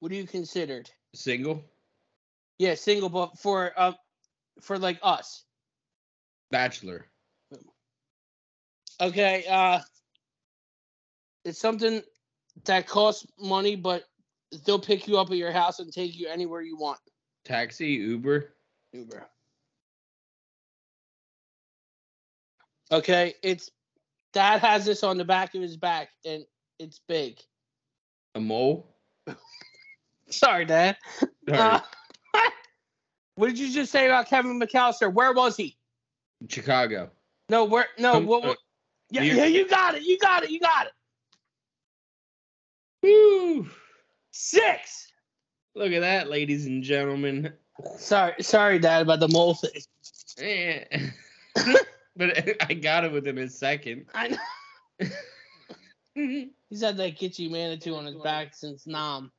[SPEAKER 2] What are you considered?
[SPEAKER 1] single,
[SPEAKER 2] Yeah, single, but for uh, for like us.
[SPEAKER 1] bachelor.
[SPEAKER 2] Okay. Uh, it's something that costs money, but they'll pick you up at your house and take you anywhere you want.
[SPEAKER 1] Taxi, Uber,
[SPEAKER 2] Uber. Okay, it's dad has this on the back of his back and it's big.
[SPEAKER 1] a mole.
[SPEAKER 2] Sorry, Dad.
[SPEAKER 1] All right,
[SPEAKER 2] Uh, <laughs> what did you just say about Kevin McAllister? Where was he?
[SPEAKER 1] Chicago.
[SPEAKER 2] No, where no,
[SPEAKER 1] Come-
[SPEAKER 2] what, what yeah,
[SPEAKER 1] uh, you-
[SPEAKER 2] yeah, you got it, you got it, you got it.
[SPEAKER 1] Woo!
[SPEAKER 2] Six.
[SPEAKER 1] Look at that, ladies and gentlemen. <laughs>
[SPEAKER 2] Sorry, sorry, Dad, about the mole thing.
[SPEAKER 1] Eh. but <laughs> I got it within a second.
[SPEAKER 2] <laughs> I know. He's had that kitschy manatee on his back since Nam.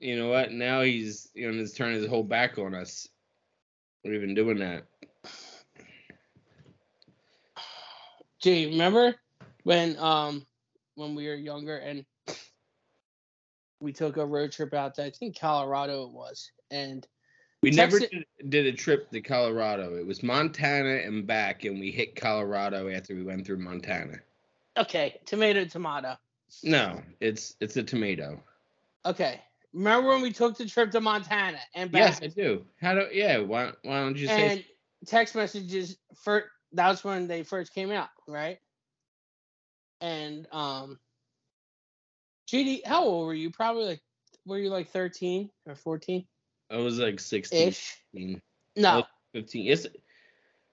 [SPEAKER 1] You know what? Now he's you know, he's turning his whole back on us. We've been doing that.
[SPEAKER 2] Gee, remember when um when we were younger and we took a road trip out to I think Colorado it was and
[SPEAKER 1] We never
[SPEAKER 2] Texas-
[SPEAKER 1] did, did a trip to Colorado. It was Montana and back, and we hit Colorado after we went through Montana.
[SPEAKER 2] okay tomato tomato
[SPEAKER 1] No, it's it's a tomato.
[SPEAKER 2] okay remember when we took the trip to Montana and back
[SPEAKER 1] Yes, I do. How do? Yeah. Why Why don't you say?
[SPEAKER 2] and text messages for that's when they first came out right and um GD how old were you probably like were you like 13 or 14
[SPEAKER 1] I was like 16,
[SPEAKER 2] ish
[SPEAKER 1] 15.
[SPEAKER 2] no
[SPEAKER 1] Well, 15. Yes.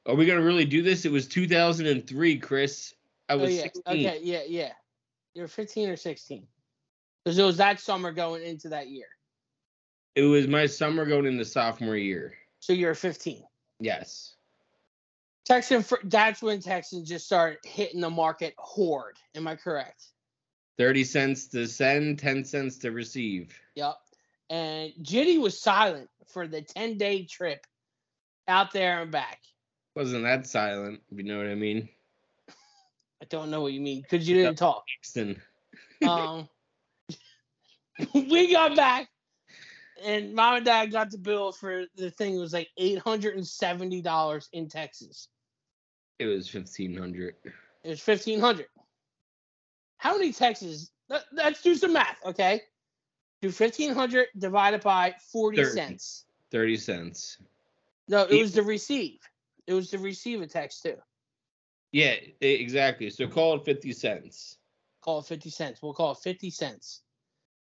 [SPEAKER 1] Are we gonna really do this? It was 2003, Chris. I
[SPEAKER 2] Oh
[SPEAKER 1] was
[SPEAKER 2] yeah.
[SPEAKER 1] 16.
[SPEAKER 2] Okay. Yeah. Yeah. You're 15 or 16. Because it was that summer going into that year.
[SPEAKER 1] It was my summer going into sophomore year.
[SPEAKER 2] So you're 15.
[SPEAKER 1] Yes.
[SPEAKER 2] Texan. fir- That's when Texans just started hitting the market hard. Am I correct?
[SPEAKER 1] 30 cents to send, 10 cents to receive.
[SPEAKER 2] Yep. And Jitty was silent for the 10 day trip out there and back.
[SPEAKER 1] Wasn't that silent, if you know what I mean?
[SPEAKER 2] I don't know what you mean because you
[SPEAKER 1] <laughs>
[SPEAKER 2] didn't talk.
[SPEAKER 1] Paxton.
[SPEAKER 2] Um, <laughs> we got back, and mom and dad got the bill for the thing. It was like eight hundred and seventy dollars in Texas.
[SPEAKER 1] It was 1500.
[SPEAKER 2] It was fifteen hundred. How many Texas? Let, let's do some math, okay? Do fifteen hundred divided by forty
[SPEAKER 1] Thirty.
[SPEAKER 2] cents.
[SPEAKER 1] 30 cents.
[SPEAKER 2] No, it
[SPEAKER 1] Yeah.
[SPEAKER 2] was the receive. It was the receive a text too.
[SPEAKER 1] Yeah, e- exactly. So call it 50 cents.
[SPEAKER 2] Call it fifty cents. We'll call it fifty cents.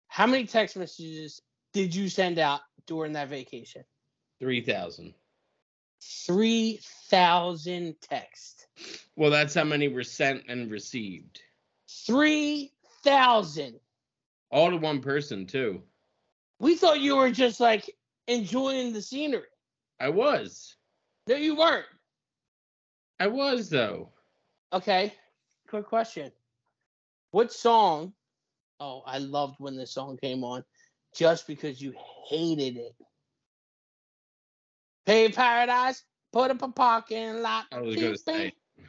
[SPEAKER 2] How many text messages did you send out during that vacation?
[SPEAKER 1] 3,000.
[SPEAKER 2] Three thousand texts.
[SPEAKER 1] Well, that's how many were sent and received.
[SPEAKER 2] Three thousand.
[SPEAKER 1] All to one person, too.
[SPEAKER 2] We thought you were just like enjoying the scenery.
[SPEAKER 1] I was.
[SPEAKER 2] No, you weren't.
[SPEAKER 1] I was, though.
[SPEAKER 2] Okay. Quick question. What song? Oh, I loved when this song came on just because you hated it. Pay paradise, put up a parking lot.
[SPEAKER 1] I was gonna
[SPEAKER 2] Bing,
[SPEAKER 1] say.
[SPEAKER 2] bing.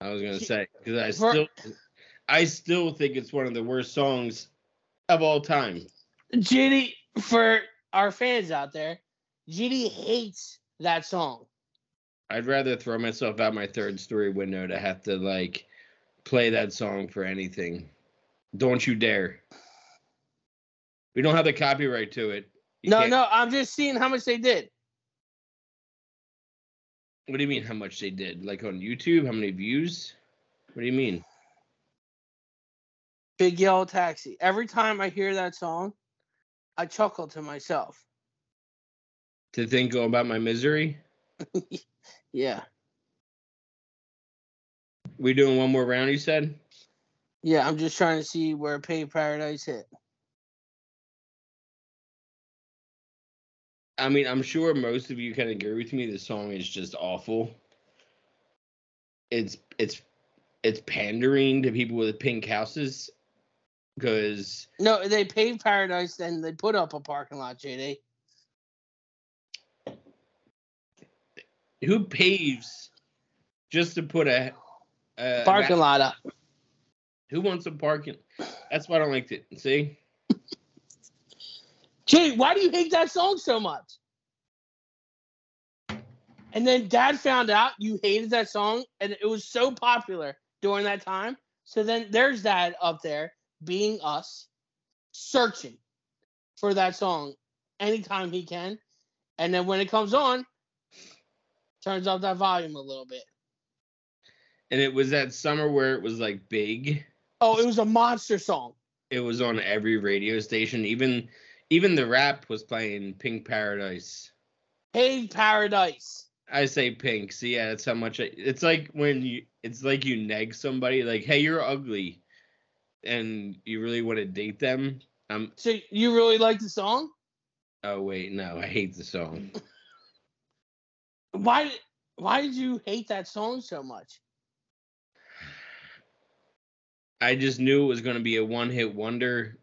[SPEAKER 1] I was going to
[SPEAKER 2] She-
[SPEAKER 1] say, because I
[SPEAKER 2] Ver-
[SPEAKER 1] still. I still think it's one of the worst songs of all time.
[SPEAKER 2] GD, for our fans out there, GD hates that song.
[SPEAKER 1] I'd rather throw myself out my third story window to have to like play that song for anything. Don't you dare. We don't have the copyright to it. You
[SPEAKER 2] no,
[SPEAKER 1] can't-
[SPEAKER 2] no, I'm just seeing how much they did.
[SPEAKER 1] What do you mean how much they did? Like on YouTube, how many views? What do you mean?
[SPEAKER 2] Big Yellow Taxi. Every time I hear that song, I chuckle to myself.
[SPEAKER 1] To think about my misery?
[SPEAKER 2] Yeah.
[SPEAKER 1] We doing one more round, you said?
[SPEAKER 2] Yeah, I'm just trying to see where Pay Paradise hit.
[SPEAKER 1] I mean, I'm sure most of you can agree with me. The song is just awful. It's it's it's pandering to people with pink houses because
[SPEAKER 2] No, they paved paradise, then they put up a parking lot, JD.
[SPEAKER 1] who paves just to put a, a
[SPEAKER 2] Parking lot up.
[SPEAKER 1] Who wants a parking? That's why I don't like it. See,
[SPEAKER 2] Jay, why do you hate that song so much? And then dad found out you hated that song and it was so popular during that time. So then there's dad up there being us, searching for that song anytime he can. And then when it comes on, turns up that volume a little bit.
[SPEAKER 1] and it was that summer where it was like big.
[SPEAKER 2] Oh, it was a monster song.
[SPEAKER 1] It was on every radio station. Even even the rap was playing Pink Paradise.
[SPEAKER 2] Paved Paradise.
[SPEAKER 1] I say pink. See, yeah, that's how much. I, it's like when you. It's like you neg somebody. Like, hey, you're ugly, and you really want to date them. Um.
[SPEAKER 2] So you really like the song?
[SPEAKER 1] Oh wait, no, I hate the song.
[SPEAKER 2] Why why did you hate that song so much?
[SPEAKER 1] I just knew it was gonna be a one-hit wonder.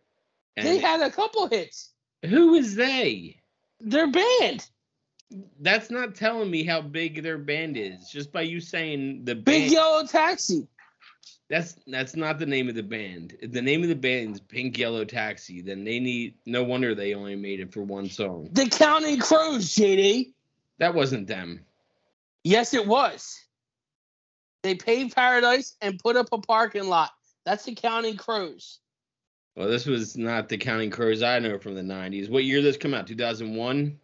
[SPEAKER 2] they had a couple hits.
[SPEAKER 1] Who is they?
[SPEAKER 2] They're banned.
[SPEAKER 1] That's not telling me how big their band is just by you saying the
[SPEAKER 2] Big
[SPEAKER 1] band.
[SPEAKER 2] Yellow Taxi.
[SPEAKER 1] That's that's not the name of the band. If the name of the band's Pink Yellow Taxi. Then they need no wonder they only made it for one song.
[SPEAKER 2] The Counting Crows, JD.
[SPEAKER 1] That wasn't them.
[SPEAKER 2] Yes, it was. They paved paradise and put up a parking lot. That's the Counting Crows.
[SPEAKER 1] Well, this was not the Counting Crows I know from the '90s. What year this come out? 2001.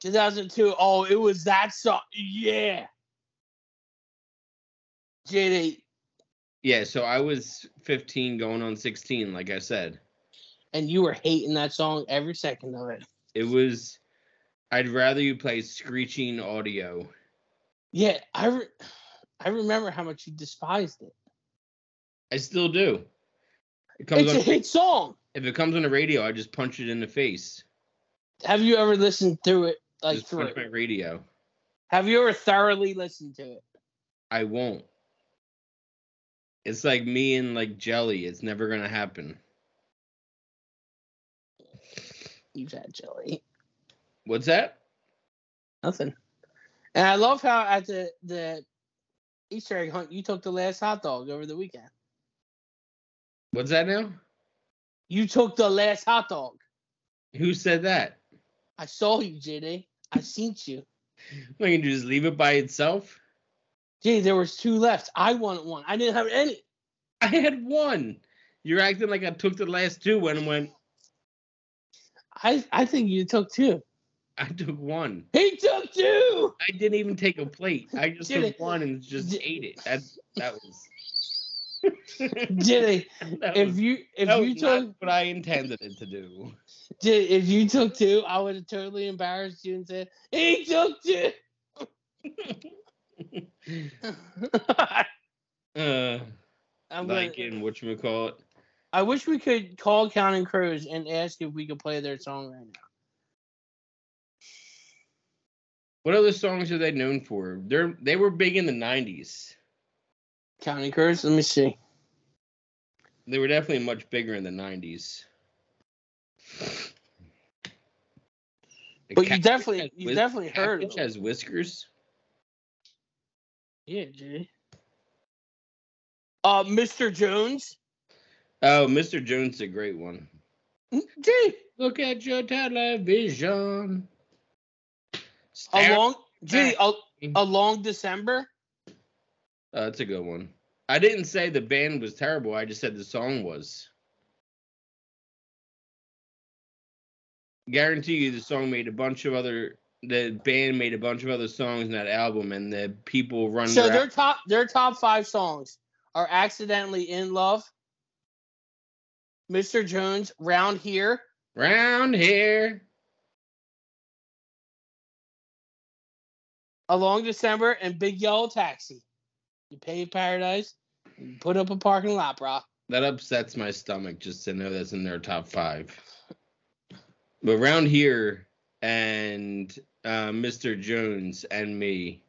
[SPEAKER 2] 2002. Oh, it was that song. Yeah. JD.
[SPEAKER 1] Yeah, so I was 15 going on 16, like I said.
[SPEAKER 2] And you were hating that song every second of it.
[SPEAKER 1] It was I'd rather you play screeching audio.
[SPEAKER 2] Yeah, I, re- I remember how much you despised it.
[SPEAKER 1] I still do. It comes
[SPEAKER 2] It's a
[SPEAKER 1] on,
[SPEAKER 2] hit song.
[SPEAKER 1] if it comes on the radio, I just punch it in the face.
[SPEAKER 2] Have you ever listened through it? Like
[SPEAKER 1] just
[SPEAKER 2] through
[SPEAKER 1] punch
[SPEAKER 2] it?
[SPEAKER 1] my radio.
[SPEAKER 2] Have you ever thoroughly listened to it?
[SPEAKER 1] I won't. It's like me and like jelly. It's never gonna happen.
[SPEAKER 2] You've had jelly.
[SPEAKER 1] What's that?
[SPEAKER 2] Nothing. And I love how at the the Easter egg hunt you took the last hot dog over the weekend.
[SPEAKER 1] What's that now?
[SPEAKER 2] You took the last hot dog.
[SPEAKER 1] Who said that? <laughs>
[SPEAKER 2] I saw you, JD. I seen you.
[SPEAKER 1] I can just leave it by itself.
[SPEAKER 2] JD, there was two left. I wanted one. I didn't have any.
[SPEAKER 1] I had one. You're acting like I took the last two and went.
[SPEAKER 2] I I think you took two.
[SPEAKER 1] I took one.
[SPEAKER 2] He took two.
[SPEAKER 1] I didn't even take a plate.
[SPEAKER 2] <laughs>
[SPEAKER 1] I just
[SPEAKER 2] Did
[SPEAKER 1] took
[SPEAKER 2] it.
[SPEAKER 1] one and just
[SPEAKER 2] Did-
[SPEAKER 1] ate it. That that
[SPEAKER 2] <laughs>
[SPEAKER 1] was.
[SPEAKER 2] JD,
[SPEAKER 1] <laughs> that
[SPEAKER 2] if
[SPEAKER 1] was-
[SPEAKER 2] you if
[SPEAKER 1] that
[SPEAKER 2] you
[SPEAKER 1] was not
[SPEAKER 2] took
[SPEAKER 1] what I intended it to
[SPEAKER 2] <laughs>
[SPEAKER 1] do.
[SPEAKER 2] JD, if you took two, I would have totally embarrassed you and said he took two.
[SPEAKER 1] Uh,
[SPEAKER 2] I'm
[SPEAKER 1] like
[SPEAKER 2] gonna-
[SPEAKER 1] in what call it?
[SPEAKER 2] I wish we could call Counting Crows and ask if we could play their song right now.
[SPEAKER 1] What other songs are they known for? They're they were big in the '90s.
[SPEAKER 2] Counting Crows, let me see.
[SPEAKER 1] They were definitely much bigger in the '90s. The
[SPEAKER 2] But you
[SPEAKER 1] cat-
[SPEAKER 2] definitely you
[SPEAKER 1] Whis-
[SPEAKER 2] definitely heard of
[SPEAKER 1] Catfish
[SPEAKER 2] them.
[SPEAKER 1] has whiskers.
[SPEAKER 2] Yeah, Jay. Uh Mr. Jones.
[SPEAKER 1] Oh, Mr. Jones is a great one.
[SPEAKER 2] Jay.
[SPEAKER 1] Look at your television.
[SPEAKER 2] A
[SPEAKER 1] Stare-
[SPEAKER 2] long Jay, a,
[SPEAKER 1] Back.
[SPEAKER 2] a long December.
[SPEAKER 1] Oh, that's a good one. I didn't say the band was terrible. I just said the song was. Guarantee you, the song made a bunch of other. The band made a bunch of other songs in that album, and the people run.
[SPEAKER 2] So
[SPEAKER 1] their
[SPEAKER 2] their top their top five songs are accidentally in love. Mr. Jones, round here.
[SPEAKER 1] round here.
[SPEAKER 2] A Long December and Big Yellow Taxi. You paved paradise. You put up a parking lot, bro.
[SPEAKER 1] That upsets my stomach just to know that's in their top five. But round here and uh, Mr. Jones and me.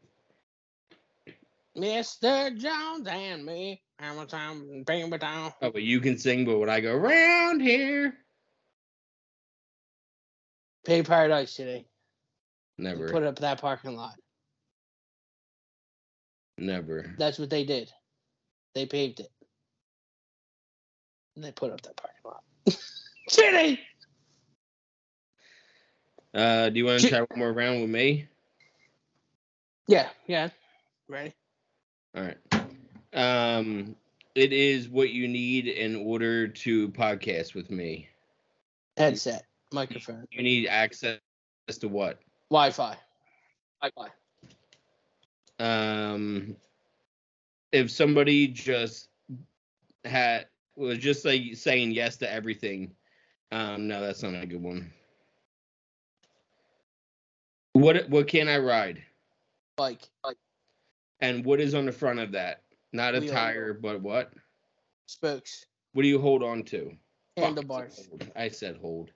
[SPEAKER 2] Mr. Jones and me. Hammer time, bang down.
[SPEAKER 1] Oh, but you can sing, but when I go round here,
[SPEAKER 2] Paved paradise today. You
[SPEAKER 1] never,
[SPEAKER 2] put up that parking lot.
[SPEAKER 1] never.
[SPEAKER 2] That's what they did. They paved it. And they put up that parking lot. <laughs> Shitty!
[SPEAKER 1] Uh, do you want to
[SPEAKER 2] Ju-
[SPEAKER 1] try one more round with me?
[SPEAKER 2] Yeah, yeah. Ready?
[SPEAKER 1] All right. Um, it is what you need in order to podcast with me.
[SPEAKER 2] Headset, microphone,
[SPEAKER 1] You need access to what?
[SPEAKER 2] Wi Fi. Wi Fi.
[SPEAKER 1] Um, if somebody just had was just like saying yes to everything. Um, no, that's not a good one. What what can I ride?
[SPEAKER 2] Bike. Bike.
[SPEAKER 1] And what is on the front of that? Not a
[SPEAKER 2] Wheel.
[SPEAKER 1] tire, but what?
[SPEAKER 2] Spokes.
[SPEAKER 1] What do you hold on to? Fuck, I
[SPEAKER 2] Handlebars.
[SPEAKER 1] said hold. I said hold.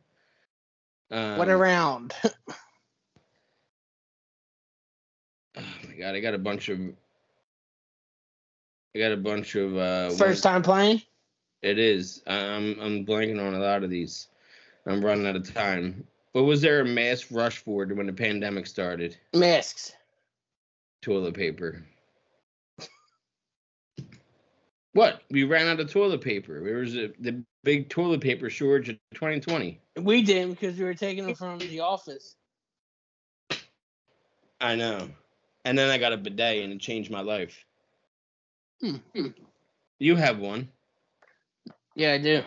[SPEAKER 1] Um,
[SPEAKER 2] What around?
[SPEAKER 1] Oh my god, I got a bunch of. I got a bunch of. Uh,
[SPEAKER 2] First time playing?
[SPEAKER 1] It is. I'm I'm blanking on a lot of these. I'm running out of time. What was there a mass rush for when the pandemic started?
[SPEAKER 2] Masks.
[SPEAKER 1] Toilet paper. What? We ran out of toilet paper. There was a, the big toilet paper shortage of 2020.
[SPEAKER 2] We did because we were taking <laughs> them from the office.
[SPEAKER 1] I know. And then I got a bidet and it changed my life.
[SPEAKER 2] Hmm, hmm.
[SPEAKER 1] You have one.
[SPEAKER 2] Yeah, I do.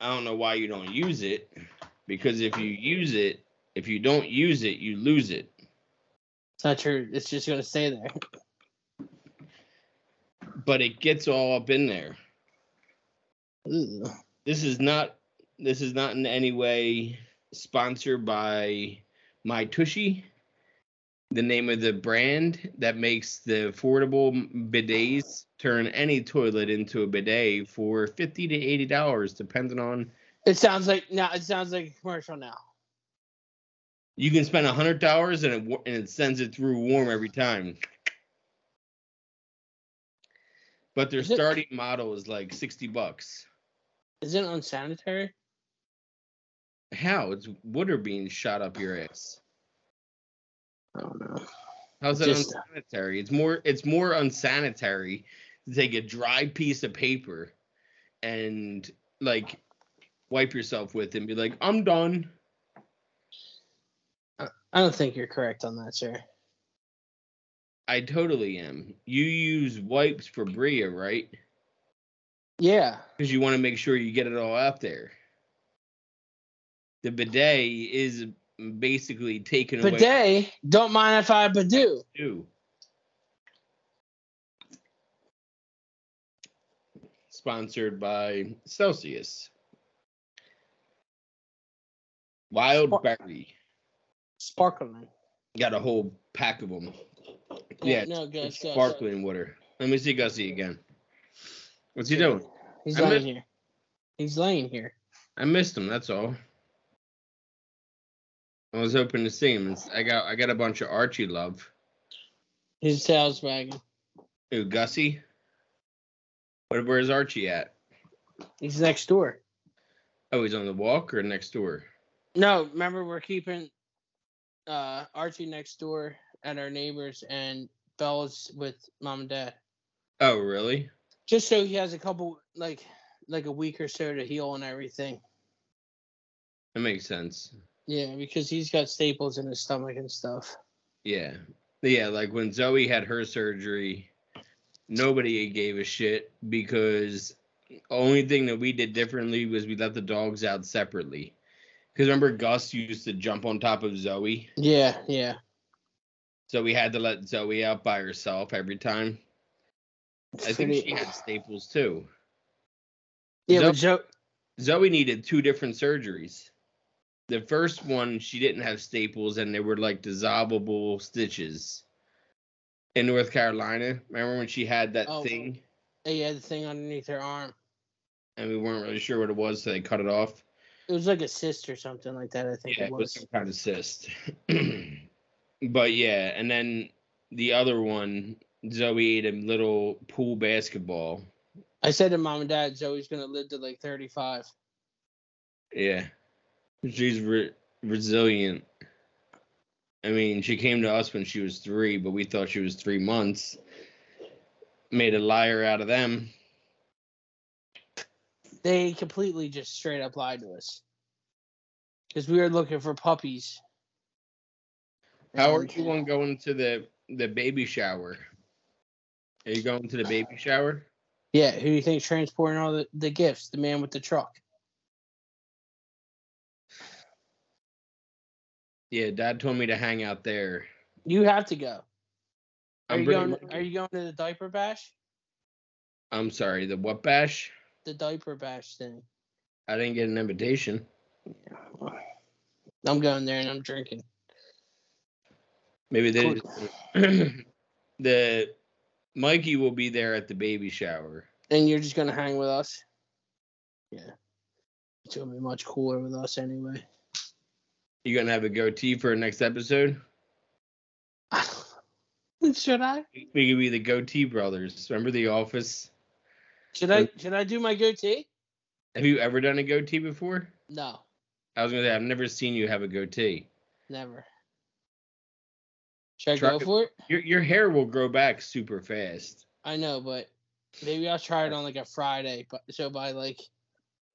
[SPEAKER 1] I don't know why you don't use it because if you use it, if you don't use it, you lose it.
[SPEAKER 2] It's not true. It's just gonna stay there.
[SPEAKER 1] But it gets all up in there.
[SPEAKER 2] Ew.
[SPEAKER 1] This is not this is not in any way sponsored by My Tushy, the name of the brand that makes the affordable bidets turn any toilet into a bidet for 50 to 80 dollars depending on
[SPEAKER 2] It sounds like now. It sounds like a commercial now.
[SPEAKER 1] you can spend hundred dollars and it wa- and it sends it through warm every time. But their
[SPEAKER 2] Is it-
[SPEAKER 1] starting model is like sixty bucks.
[SPEAKER 2] Is it unsanitary?
[SPEAKER 1] How? It's water being shot up your ass.
[SPEAKER 2] I don't know.
[SPEAKER 1] How's that
[SPEAKER 2] Just- uh,
[SPEAKER 1] unsanitary? It's more it's more unsanitary to take a dry piece of paper and like wipe yourself with and be like, I'm done.
[SPEAKER 2] I don't think you're correct on that, sir.
[SPEAKER 1] I totally am. You use wipes for Bria, right?
[SPEAKER 2] Yeah.
[SPEAKER 1] because you want to make sure you get it all out there. The bidet is basically taken away
[SPEAKER 2] Bidet. Don't mind if I bidet.
[SPEAKER 1] too. Sponsored by Celsius. Wild
[SPEAKER 2] Spar-
[SPEAKER 1] berry.
[SPEAKER 2] Sparkling.
[SPEAKER 1] Got a whole pack of them. Yeah,
[SPEAKER 2] No, good.
[SPEAKER 1] It's sparkling water. Let me see Gussie again. What's he doing?
[SPEAKER 2] He's
[SPEAKER 1] I
[SPEAKER 2] laying here. He's laying here.
[SPEAKER 1] I missed him. That's all. I was hoping to see him. It's- I got I got a bunch of Archie love.
[SPEAKER 2] His tail's wagging.
[SPEAKER 1] Ooh, Gussie. What, where's Archie at?
[SPEAKER 2] He's next door.
[SPEAKER 1] Oh, he's on the walk or next door.
[SPEAKER 2] No, remember we're keeping uh Archie next door at our neighbors and Bella's with mom and dad.
[SPEAKER 1] Oh, really?
[SPEAKER 2] Just so he has a couple like like a week or so to heal and everything.
[SPEAKER 1] That makes sense.
[SPEAKER 2] Yeah, because he's got staples in his stomach and stuff.
[SPEAKER 1] Yeah, yeah. Like when Zoe had her surgery, nobody gave a shit because only thing that we did differently was we let the dogs out separately. Because remember, Gus used to jump on top of Zoe.
[SPEAKER 2] Yeah, yeah.
[SPEAKER 1] So we had to let Zoe out by herself every time. I think she had staples too.
[SPEAKER 2] yeah, but Joe
[SPEAKER 1] Zoe needed two different surgeries. The first one, she didn't have staples and they were like dissolvable stitches in North Carolina. Remember when she had that
[SPEAKER 2] Oh.
[SPEAKER 1] thing
[SPEAKER 2] he had the thing underneath her arm.
[SPEAKER 1] and we weren't really sure what it was, so they cut it off?
[SPEAKER 2] It was like a cyst or something like that. I think
[SPEAKER 1] Yeah,
[SPEAKER 2] it
[SPEAKER 1] it was
[SPEAKER 2] was.
[SPEAKER 1] some kind of cyst. <clears throat> but yeah, and then the other one, Zoe ate a little pool basketball.
[SPEAKER 2] I said to mom and dad, Zoe's gonna live to like 35.
[SPEAKER 1] Yeah. She's re- resilient. I mean, she came to us when she was three, but we thought she was three months. Made a liar out of them.
[SPEAKER 2] They completely just straight up lied to us because we were looking for puppies.
[SPEAKER 1] How are
[SPEAKER 2] And
[SPEAKER 1] you on going to the the baby shower? Are you going to the baby shower?
[SPEAKER 2] Yeah, who do you think's transporting all the, the gifts? The man with the truck.
[SPEAKER 1] Yeah, Dad told me to hang out there.
[SPEAKER 2] You have to go. Are
[SPEAKER 1] I'm
[SPEAKER 2] you
[SPEAKER 1] pretty
[SPEAKER 2] going?
[SPEAKER 1] much-
[SPEAKER 2] Are you going to the diaper bash?
[SPEAKER 1] I'm sorry, the what bash?
[SPEAKER 2] The diaper bash thing.
[SPEAKER 1] I didn't get an invitation.
[SPEAKER 2] I'm going there and I'm drinking.
[SPEAKER 1] Maybe they
[SPEAKER 2] Cool.
[SPEAKER 1] just- <clears throat> the Mikey will be there at the baby shower.
[SPEAKER 2] And you're just gonna hang with us. Yeah, it's gonna be much cooler with us anyway. <laughs>
[SPEAKER 1] You gonna have a goatee for our next episode?
[SPEAKER 2] should I?
[SPEAKER 1] We could be the goatee brothers. Remember the office?
[SPEAKER 2] Should I? Should I do my goatee?
[SPEAKER 1] Have you ever done a goatee before?
[SPEAKER 2] No.
[SPEAKER 1] I was gonna say I've never seen you have a goatee.
[SPEAKER 2] Never. Should I
[SPEAKER 1] Try
[SPEAKER 2] go
[SPEAKER 1] it.
[SPEAKER 2] for it?
[SPEAKER 1] Your your hair will grow back super fast.
[SPEAKER 2] I know, but maybe I'll try it on like a Friday, but so by like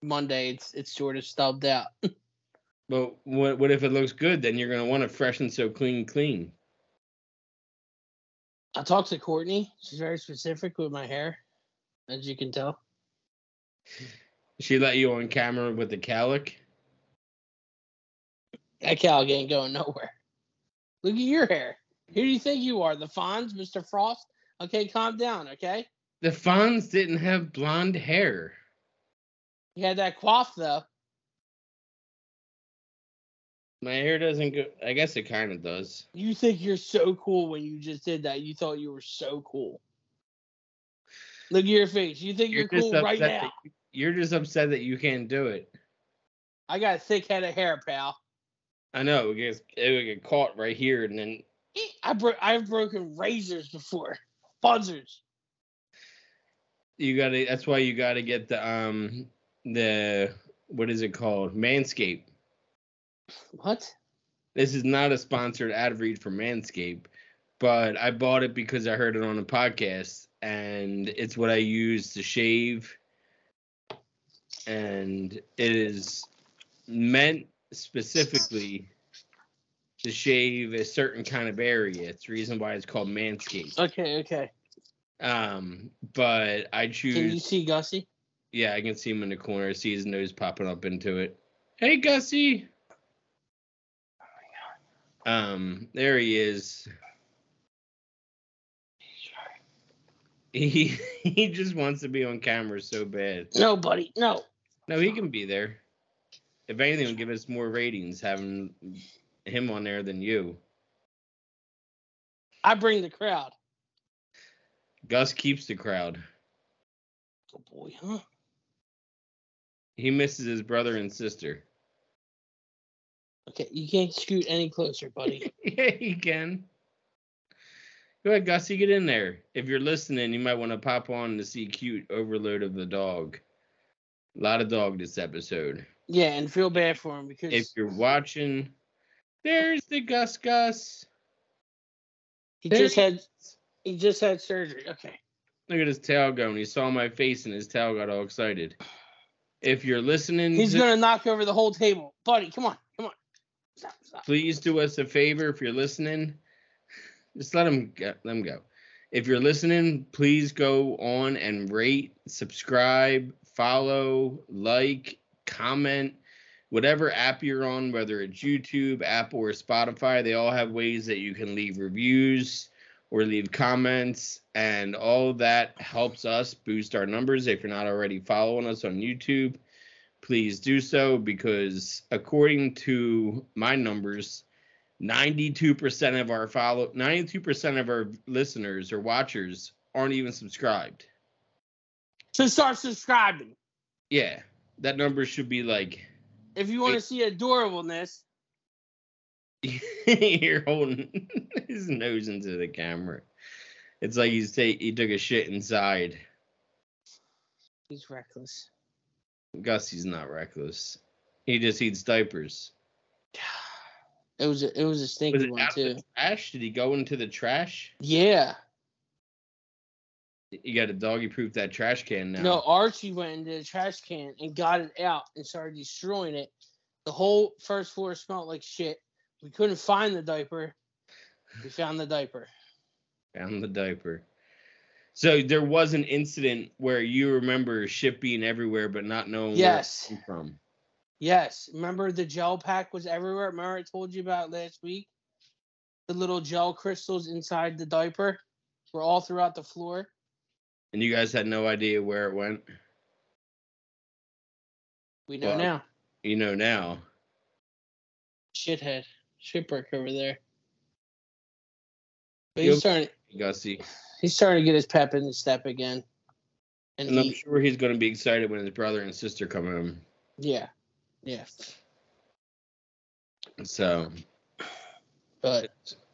[SPEAKER 2] Monday, it's it's sort of stubbed out.
[SPEAKER 1] But what what if it looks good? Then you're gonna want it fresh and so clean, clean.
[SPEAKER 2] I talked to Courtney. She's very specific with my hair, as you can tell.
[SPEAKER 1] She let you on camera with the calic.
[SPEAKER 2] That Calg ain't going nowhere. Look at your hair. Who do you think you are? The Fonz, Mr. Frost? Okay, calm down, okay?
[SPEAKER 1] The Fonz didn't have blonde hair.
[SPEAKER 2] You had that quaff though.
[SPEAKER 1] My hair doesn't go. I guess it kind of does.
[SPEAKER 2] You think you're so cool when you just did that. You thought you were so cool. Look at your face. You think you're, cool right
[SPEAKER 1] upset
[SPEAKER 2] now.
[SPEAKER 1] that you- you're just upset that you can't do it.
[SPEAKER 2] I got a thick head of hair, pal.
[SPEAKER 1] I know. It gets it would get caught right here, and then
[SPEAKER 2] Eek, I bro- I've broken razors before. Buzzers.
[SPEAKER 1] you gotta. That's why you gotta get the um the what is it called Manscaped.
[SPEAKER 2] What?
[SPEAKER 1] This is not a sponsored ad read for Manscaped, but I bought it because I heard it on a podcast, and it's what I use to shave. And it is meant specifically to shave a certain kind of area. It's the reason why it's called Manscaped.
[SPEAKER 2] Okay, okay.
[SPEAKER 1] Um, but I
[SPEAKER 2] Can you
[SPEAKER 1] choose.
[SPEAKER 2] see Gussie?
[SPEAKER 1] Yeah, I can see him in the corner. I see his nose popping up into it. Hey, Gussie. Um, there he is. <laughs> He he just wants to be on camera so bad.
[SPEAKER 2] No, buddy. No.
[SPEAKER 1] No, he can be there. If anything, will give us more ratings having him on there than you.
[SPEAKER 2] I bring the crowd.
[SPEAKER 1] Gus keeps the crowd.
[SPEAKER 2] Oh boy, huh?
[SPEAKER 1] He misses his brother and sister.
[SPEAKER 2] Okay, you can't scoot any closer, <laughs> buddy.
[SPEAKER 1] <laughs> Yeah, he can. Go ahead, Gussie, get in there. If you're listening, you might want to pop on to see cute overload of the dog. A lot of dog this episode.
[SPEAKER 2] yeah, and feel bad for him because
[SPEAKER 1] If you're watching, there's the Gus Gus.
[SPEAKER 2] he
[SPEAKER 1] there
[SPEAKER 2] just
[SPEAKER 1] he
[SPEAKER 2] had he just had surgery. Okay.
[SPEAKER 1] Look at his tail going. He saw my face and his tail got all excited. If you're listening,
[SPEAKER 2] He's
[SPEAKER 1] to-
[SPEAKER 2] gonna knock over the whole table. Buddy, come on, come on. Stop, stop.
[SPEAKER 1] please do us a favor if you're listening just let them go, let them go if you're listening please go on and rate subscribe follow like comment whatever app you're on whether it's youtube apple or spotify they all have ways that you can leave reviews or leave comments and all that helps us boost our numbers if you're not already following us on youtube please do so because according to my numbers 92% of our follow 92% of our listeners or watchers aren't even subscribed
[SPEAKER 2] So start subscribing.
[SPEAKER 1] yeah that number should be like <laughs>
[SPEAKER 2] If you want to
[SPEAKER 1] Wait.
[SPEAKER 2] see adorableness,
[SPEAKER 1] you're holding <laughs> his nose into the camera it's like he's ta- he took a shit inside
[SPEAKER 2] he's reckless.
[SPEAKER 1] gussie's not reckless he just eats diapers
[SPEAKER 2] It was a, it was a
[SPEAKER 1] was
[SPEAKER 2] stinky
[SPEAKER 1] it
[SPEAKER 2] one
[SPEAKER 1] out
[SPEAKER 2] too.
[SPEAKER 1] the trash did he go into the trash
[SPEAKER 2] Yeah.
[SPEAKER 1] you got to doggy proof that trash can now
[SPEAKER 2] No, Archie went into the trash can and got it out and started destroying it. The whole first floor smelled like shit. We couldn't find the diaper. We found the diaper.
[SPEAKER 1] Found the diaper. So there was an incident where you remember shit being everywhere, but not knowing
[SPEAKER 2] Yes.
[SPEAKER 1] where it came from.
[SPEAKER 2] Yes. Remember the gel pack was everywhere? Remember I told you about last week? The little gel crystals inside the diaper were all throughout the floor.
[SPEAKER 1] And you guys had no idea where it went.
[SPEAKER 2] We know
[SPEAKER 1] Wow.
[SPEAKER 2] now.
[SPEAKER 1] You know now.
[SPEAKER 2] Shithead. Shitbrick over there. But
[SPEAKER 1] You'll-
[SPEAKER 2] he's starting
[SPEAKER 1] Gussie.
[SPEAKER 2] he's starting to get his pep in the step again. And,
[SPEAKER 1] And I'm
[SPEAKER 2] he-
[SPEAKER 1] sure he's gonna be excited when his brother and sister come home.
[SPEAKER 2] yeah. Yeah.
[SPEAKER 1] So
[SPEAKER 2] But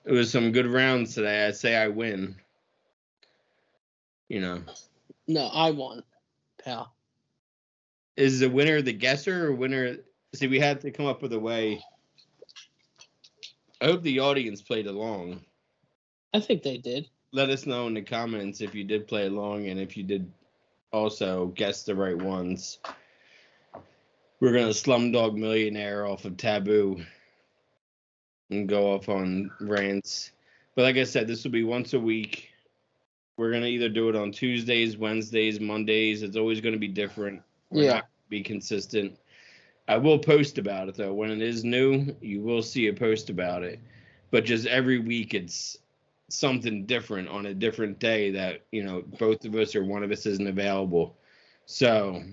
[SPEAKER 1] it was some good rounds today. I'd say I win. You know.
[SPEAKER 2] No, I won, pal.
[SPEAKER 1] Is the winner the guesser or winner See, we had to come up with a way. I hope the audience played along.
[SPEAKER 2] I think they did.
[SPEAKER 1] Let us know in the comments if you did play along and if you did also guess the right ones. We're gonna slumdog millionaire off of Taboo and go off on rants. But like I said, this will be once a week. We're gonna either do it on Tuesdays, Wednesdays, Mondays. It's always gonna be different. We're
[SPEAKER 2] Yeah.
[SPEAKER 1] not gonna be consistent. I will post about it though. When it is new, you will see a post about it. But just every week it's something different on a different day that, you know, both of us or one of us isn't available. So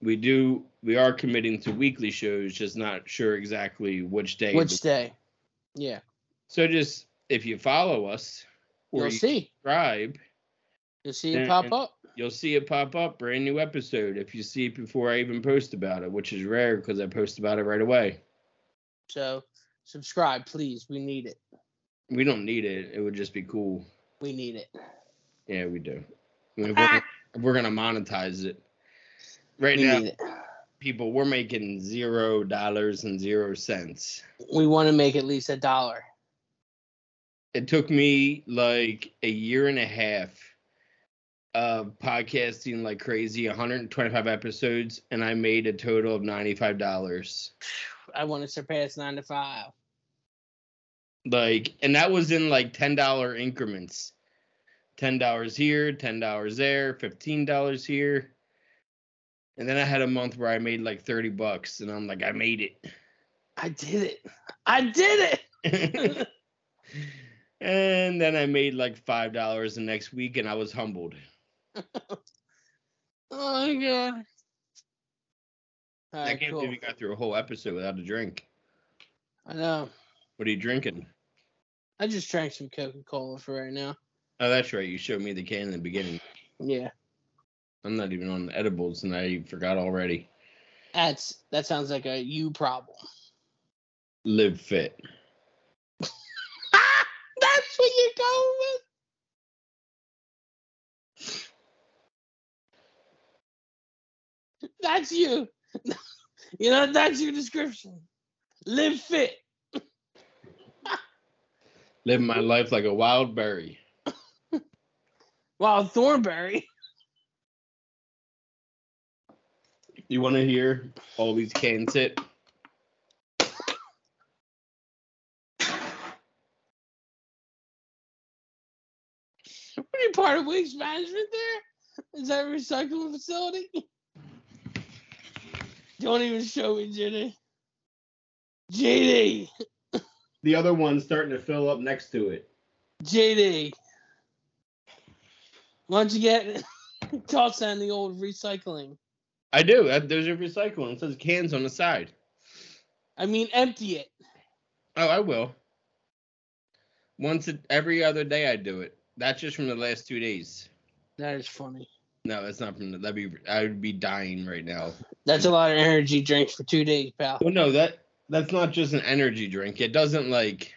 [SPEAKER 1] we do we are committing to weekly shows, just not sure exactly which day of the
[SPEAKER 2] Which day? Yeah.
[SPEAKER 1] so just if you follow us or
[SPEAKER 2] You'll
[SPEAKER 1] you
[SPEAKER 2] see.
[SPEAKER 1] subscribe,
[SPEAKER 2] You'll see it
[SPEAKER 1] And-
[SPEAKER 2] pop up.
[SPEAKER 1] you'll see it pop up brand new episode if you see it before I even post about it, which is rare because I post about it right away.
[SPEAKER 2] So subscribe, please. We need it.
[SPEAKER 1] We don't need it. It would just be cool.
[SPEAKER 2] We need it.
[SPEAKER 1] Yeah, we do. I mean, if, we're, if we're gonna monetize it. Right
[SPEAKER 2] We
[SPEAKER 1] now,
[SPEAKER 2] need it.
[SPEAKER 1] people, we're making zero dollars and zero cents.
[SPEAKER 2] We want to make at least a dollar.
[SPEAKER 1] It took me like a year and a half of podcasting like crazy, 125 episodes, and I made a total of $95.
[SPEAKER 2] I want to surpass nine to five.
[SPEAKER 1] Like, and that was in like $10 increments $10 here, $10 there, $15 here. And then I had a month where I made like 30 bucks, and I'm like, I made it.
[SPEAKER 2] I did it. I did it.
[SPEAKER 1] <laughs> and then I made like five dollars the next week, and I was humbled.
[SPEAKER 2] Oh my god. All
[SPEAKER 1] I
[SPEAKER 2] right,
[SPEAKER 1] can't
[SPEAKER 2] cool.
[SPEAKER 1] believe you got through a whole episode without a drink.
[SPEAKER 2] I know.
[SPEAKER 1] What are you drinking?
[SPEAKER 2] I just drank some Coca Cola for right now.
[SPEAKER 1] Oh, that's right. You showed me the can in the beginning.
[SPEAKER 2] Yeah.
[SPEAKER 1] I'm not even on edibles, and I forgot already.
[SPEAKER 2] That's that sounds like a you problem. <laughs>
[SPEAKER 1] Live fit.
[SPEAKER 2] Ah, that's what you're going with. That's you. <laughs> you know, that's your description. Live fit.
[SPEAKER 1] Live my life like a wild berry.
[SPEAKER 2] Wow, Thornberry. <laughs>
[SPEAKER 1] You want to hear all these cans hit?
[SPEAKER 2] What are you part of waste management there? Is that a recycling facility? Don't even show me, JD. JD.
[SPEAKER 1] The other one's starting to fill up next to it.
[SPEAKER 2] JD. Why don't you get <laughs> toss on the old recycling?
[SPEAKER 1] I do. I, there's a recycling. It says cans on the side.
[SPEAKER 2] I mean, empty it.
[SPEAKER 1] Oh, I will. Once a, every other day, I do it. That's just from the last two days.
[SPEAKER 2] That is funny.
[SPEAKER 1] No, that's not from. The, that'd be. I would be dying right now.
[SPEAKER 2] That's a lot of energy drinks for two days, pal.
[SPEAKER 1] Well, no, that that's not just an energy drink. It doesn't like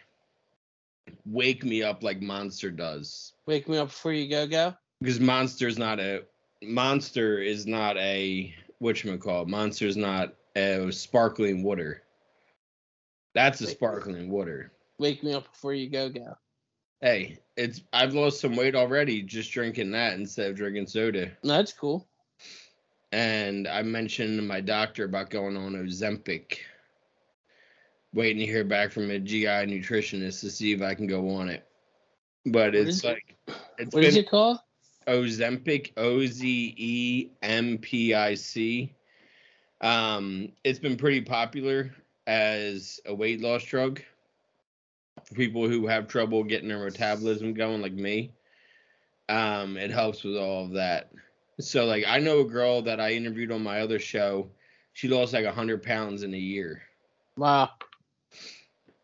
[SPEAKER 1] wake me up like Monster does,
[SPEAKER 2] Wake me up before you go go.
[SPEAKER 1] because Monster's not a Monster is not a what call Monster's not a sparkling water. That's a sparkling water.
[SPEAKER 2] Wake me up before you go go.
[SPEAKER 1] Hey, it's I've lost some weight already just drinking that instead of drinking soda.
[SPEAKER 2] No, that's cool.
[SPEAKER 1] and I mentioned to my doctor about going on Ozempic. Waiting to hear back from a GI nutritionist to see if I can go on it. But it's
[SPEAKER 2] is it?
[SPEAKER 1] like it's
[SPEAKER 2] What is
[SPEAKER 1] been
[SPEAKER 2] it called?
[SPEAKER 1] Ozempic, O Z E M P I C. Um, it's been pretty popular as a weight loss drug for people who have trouble getting their metabolism going, like me. Um, it helps with all of that. So, like, I know a girl that I interviewed on my other show. She lost like hundred pounds in a year.
[SPEAKER 2] Wow.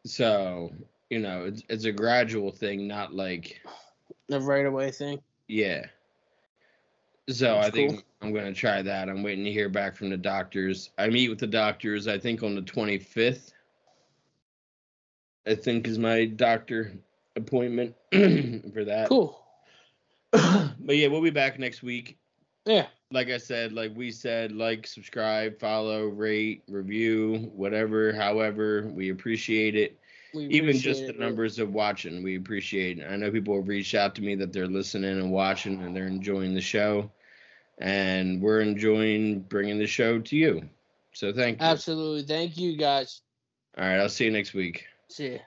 [SPEAKER 1] So, you know, it's it's a gradual thing, not like
[SPEAKER 2] The right away thing.
[SPEAKER 1] Yeah. So
[SPEAKER 2] That's
[SPEAKER 1] I think
[SPEAKER 2] cool.
[SPEAKER 1] I'm gonna try that. I'm waiting to hear back from the doctors. I meet with the doctors I think on the 25th. I think is my doctor appointment <clears throat> for that. <clears throat>
[SPEAKER 2] Cool.
[SPEAKER 1] but yeah, we'll be back next week.
[SPEAKER 2] Yeah.
[SPEAKER 1] like I said, like we said, like, subscribe, follow, rate, review, whatever, however, we appreciate it.
[SPEAKER 2] We
[SPEAKER 1] Even
[SPEAKER 2] appreciate
[SPEAKER 1] just
[SPEAKER 2] it.
[SPEAKER 1] the numbers of watching, we appreciate it. I know people have reached out to me that they're listening and watching and they're enjoying the show. And we're enjoying bringing the show to you. So thank you.
[SPEAKER 2] Absolutely. Thank you guys.
[SPEAKER 1] All right. I'll see you next week.
[SPEAKER 2] See ya.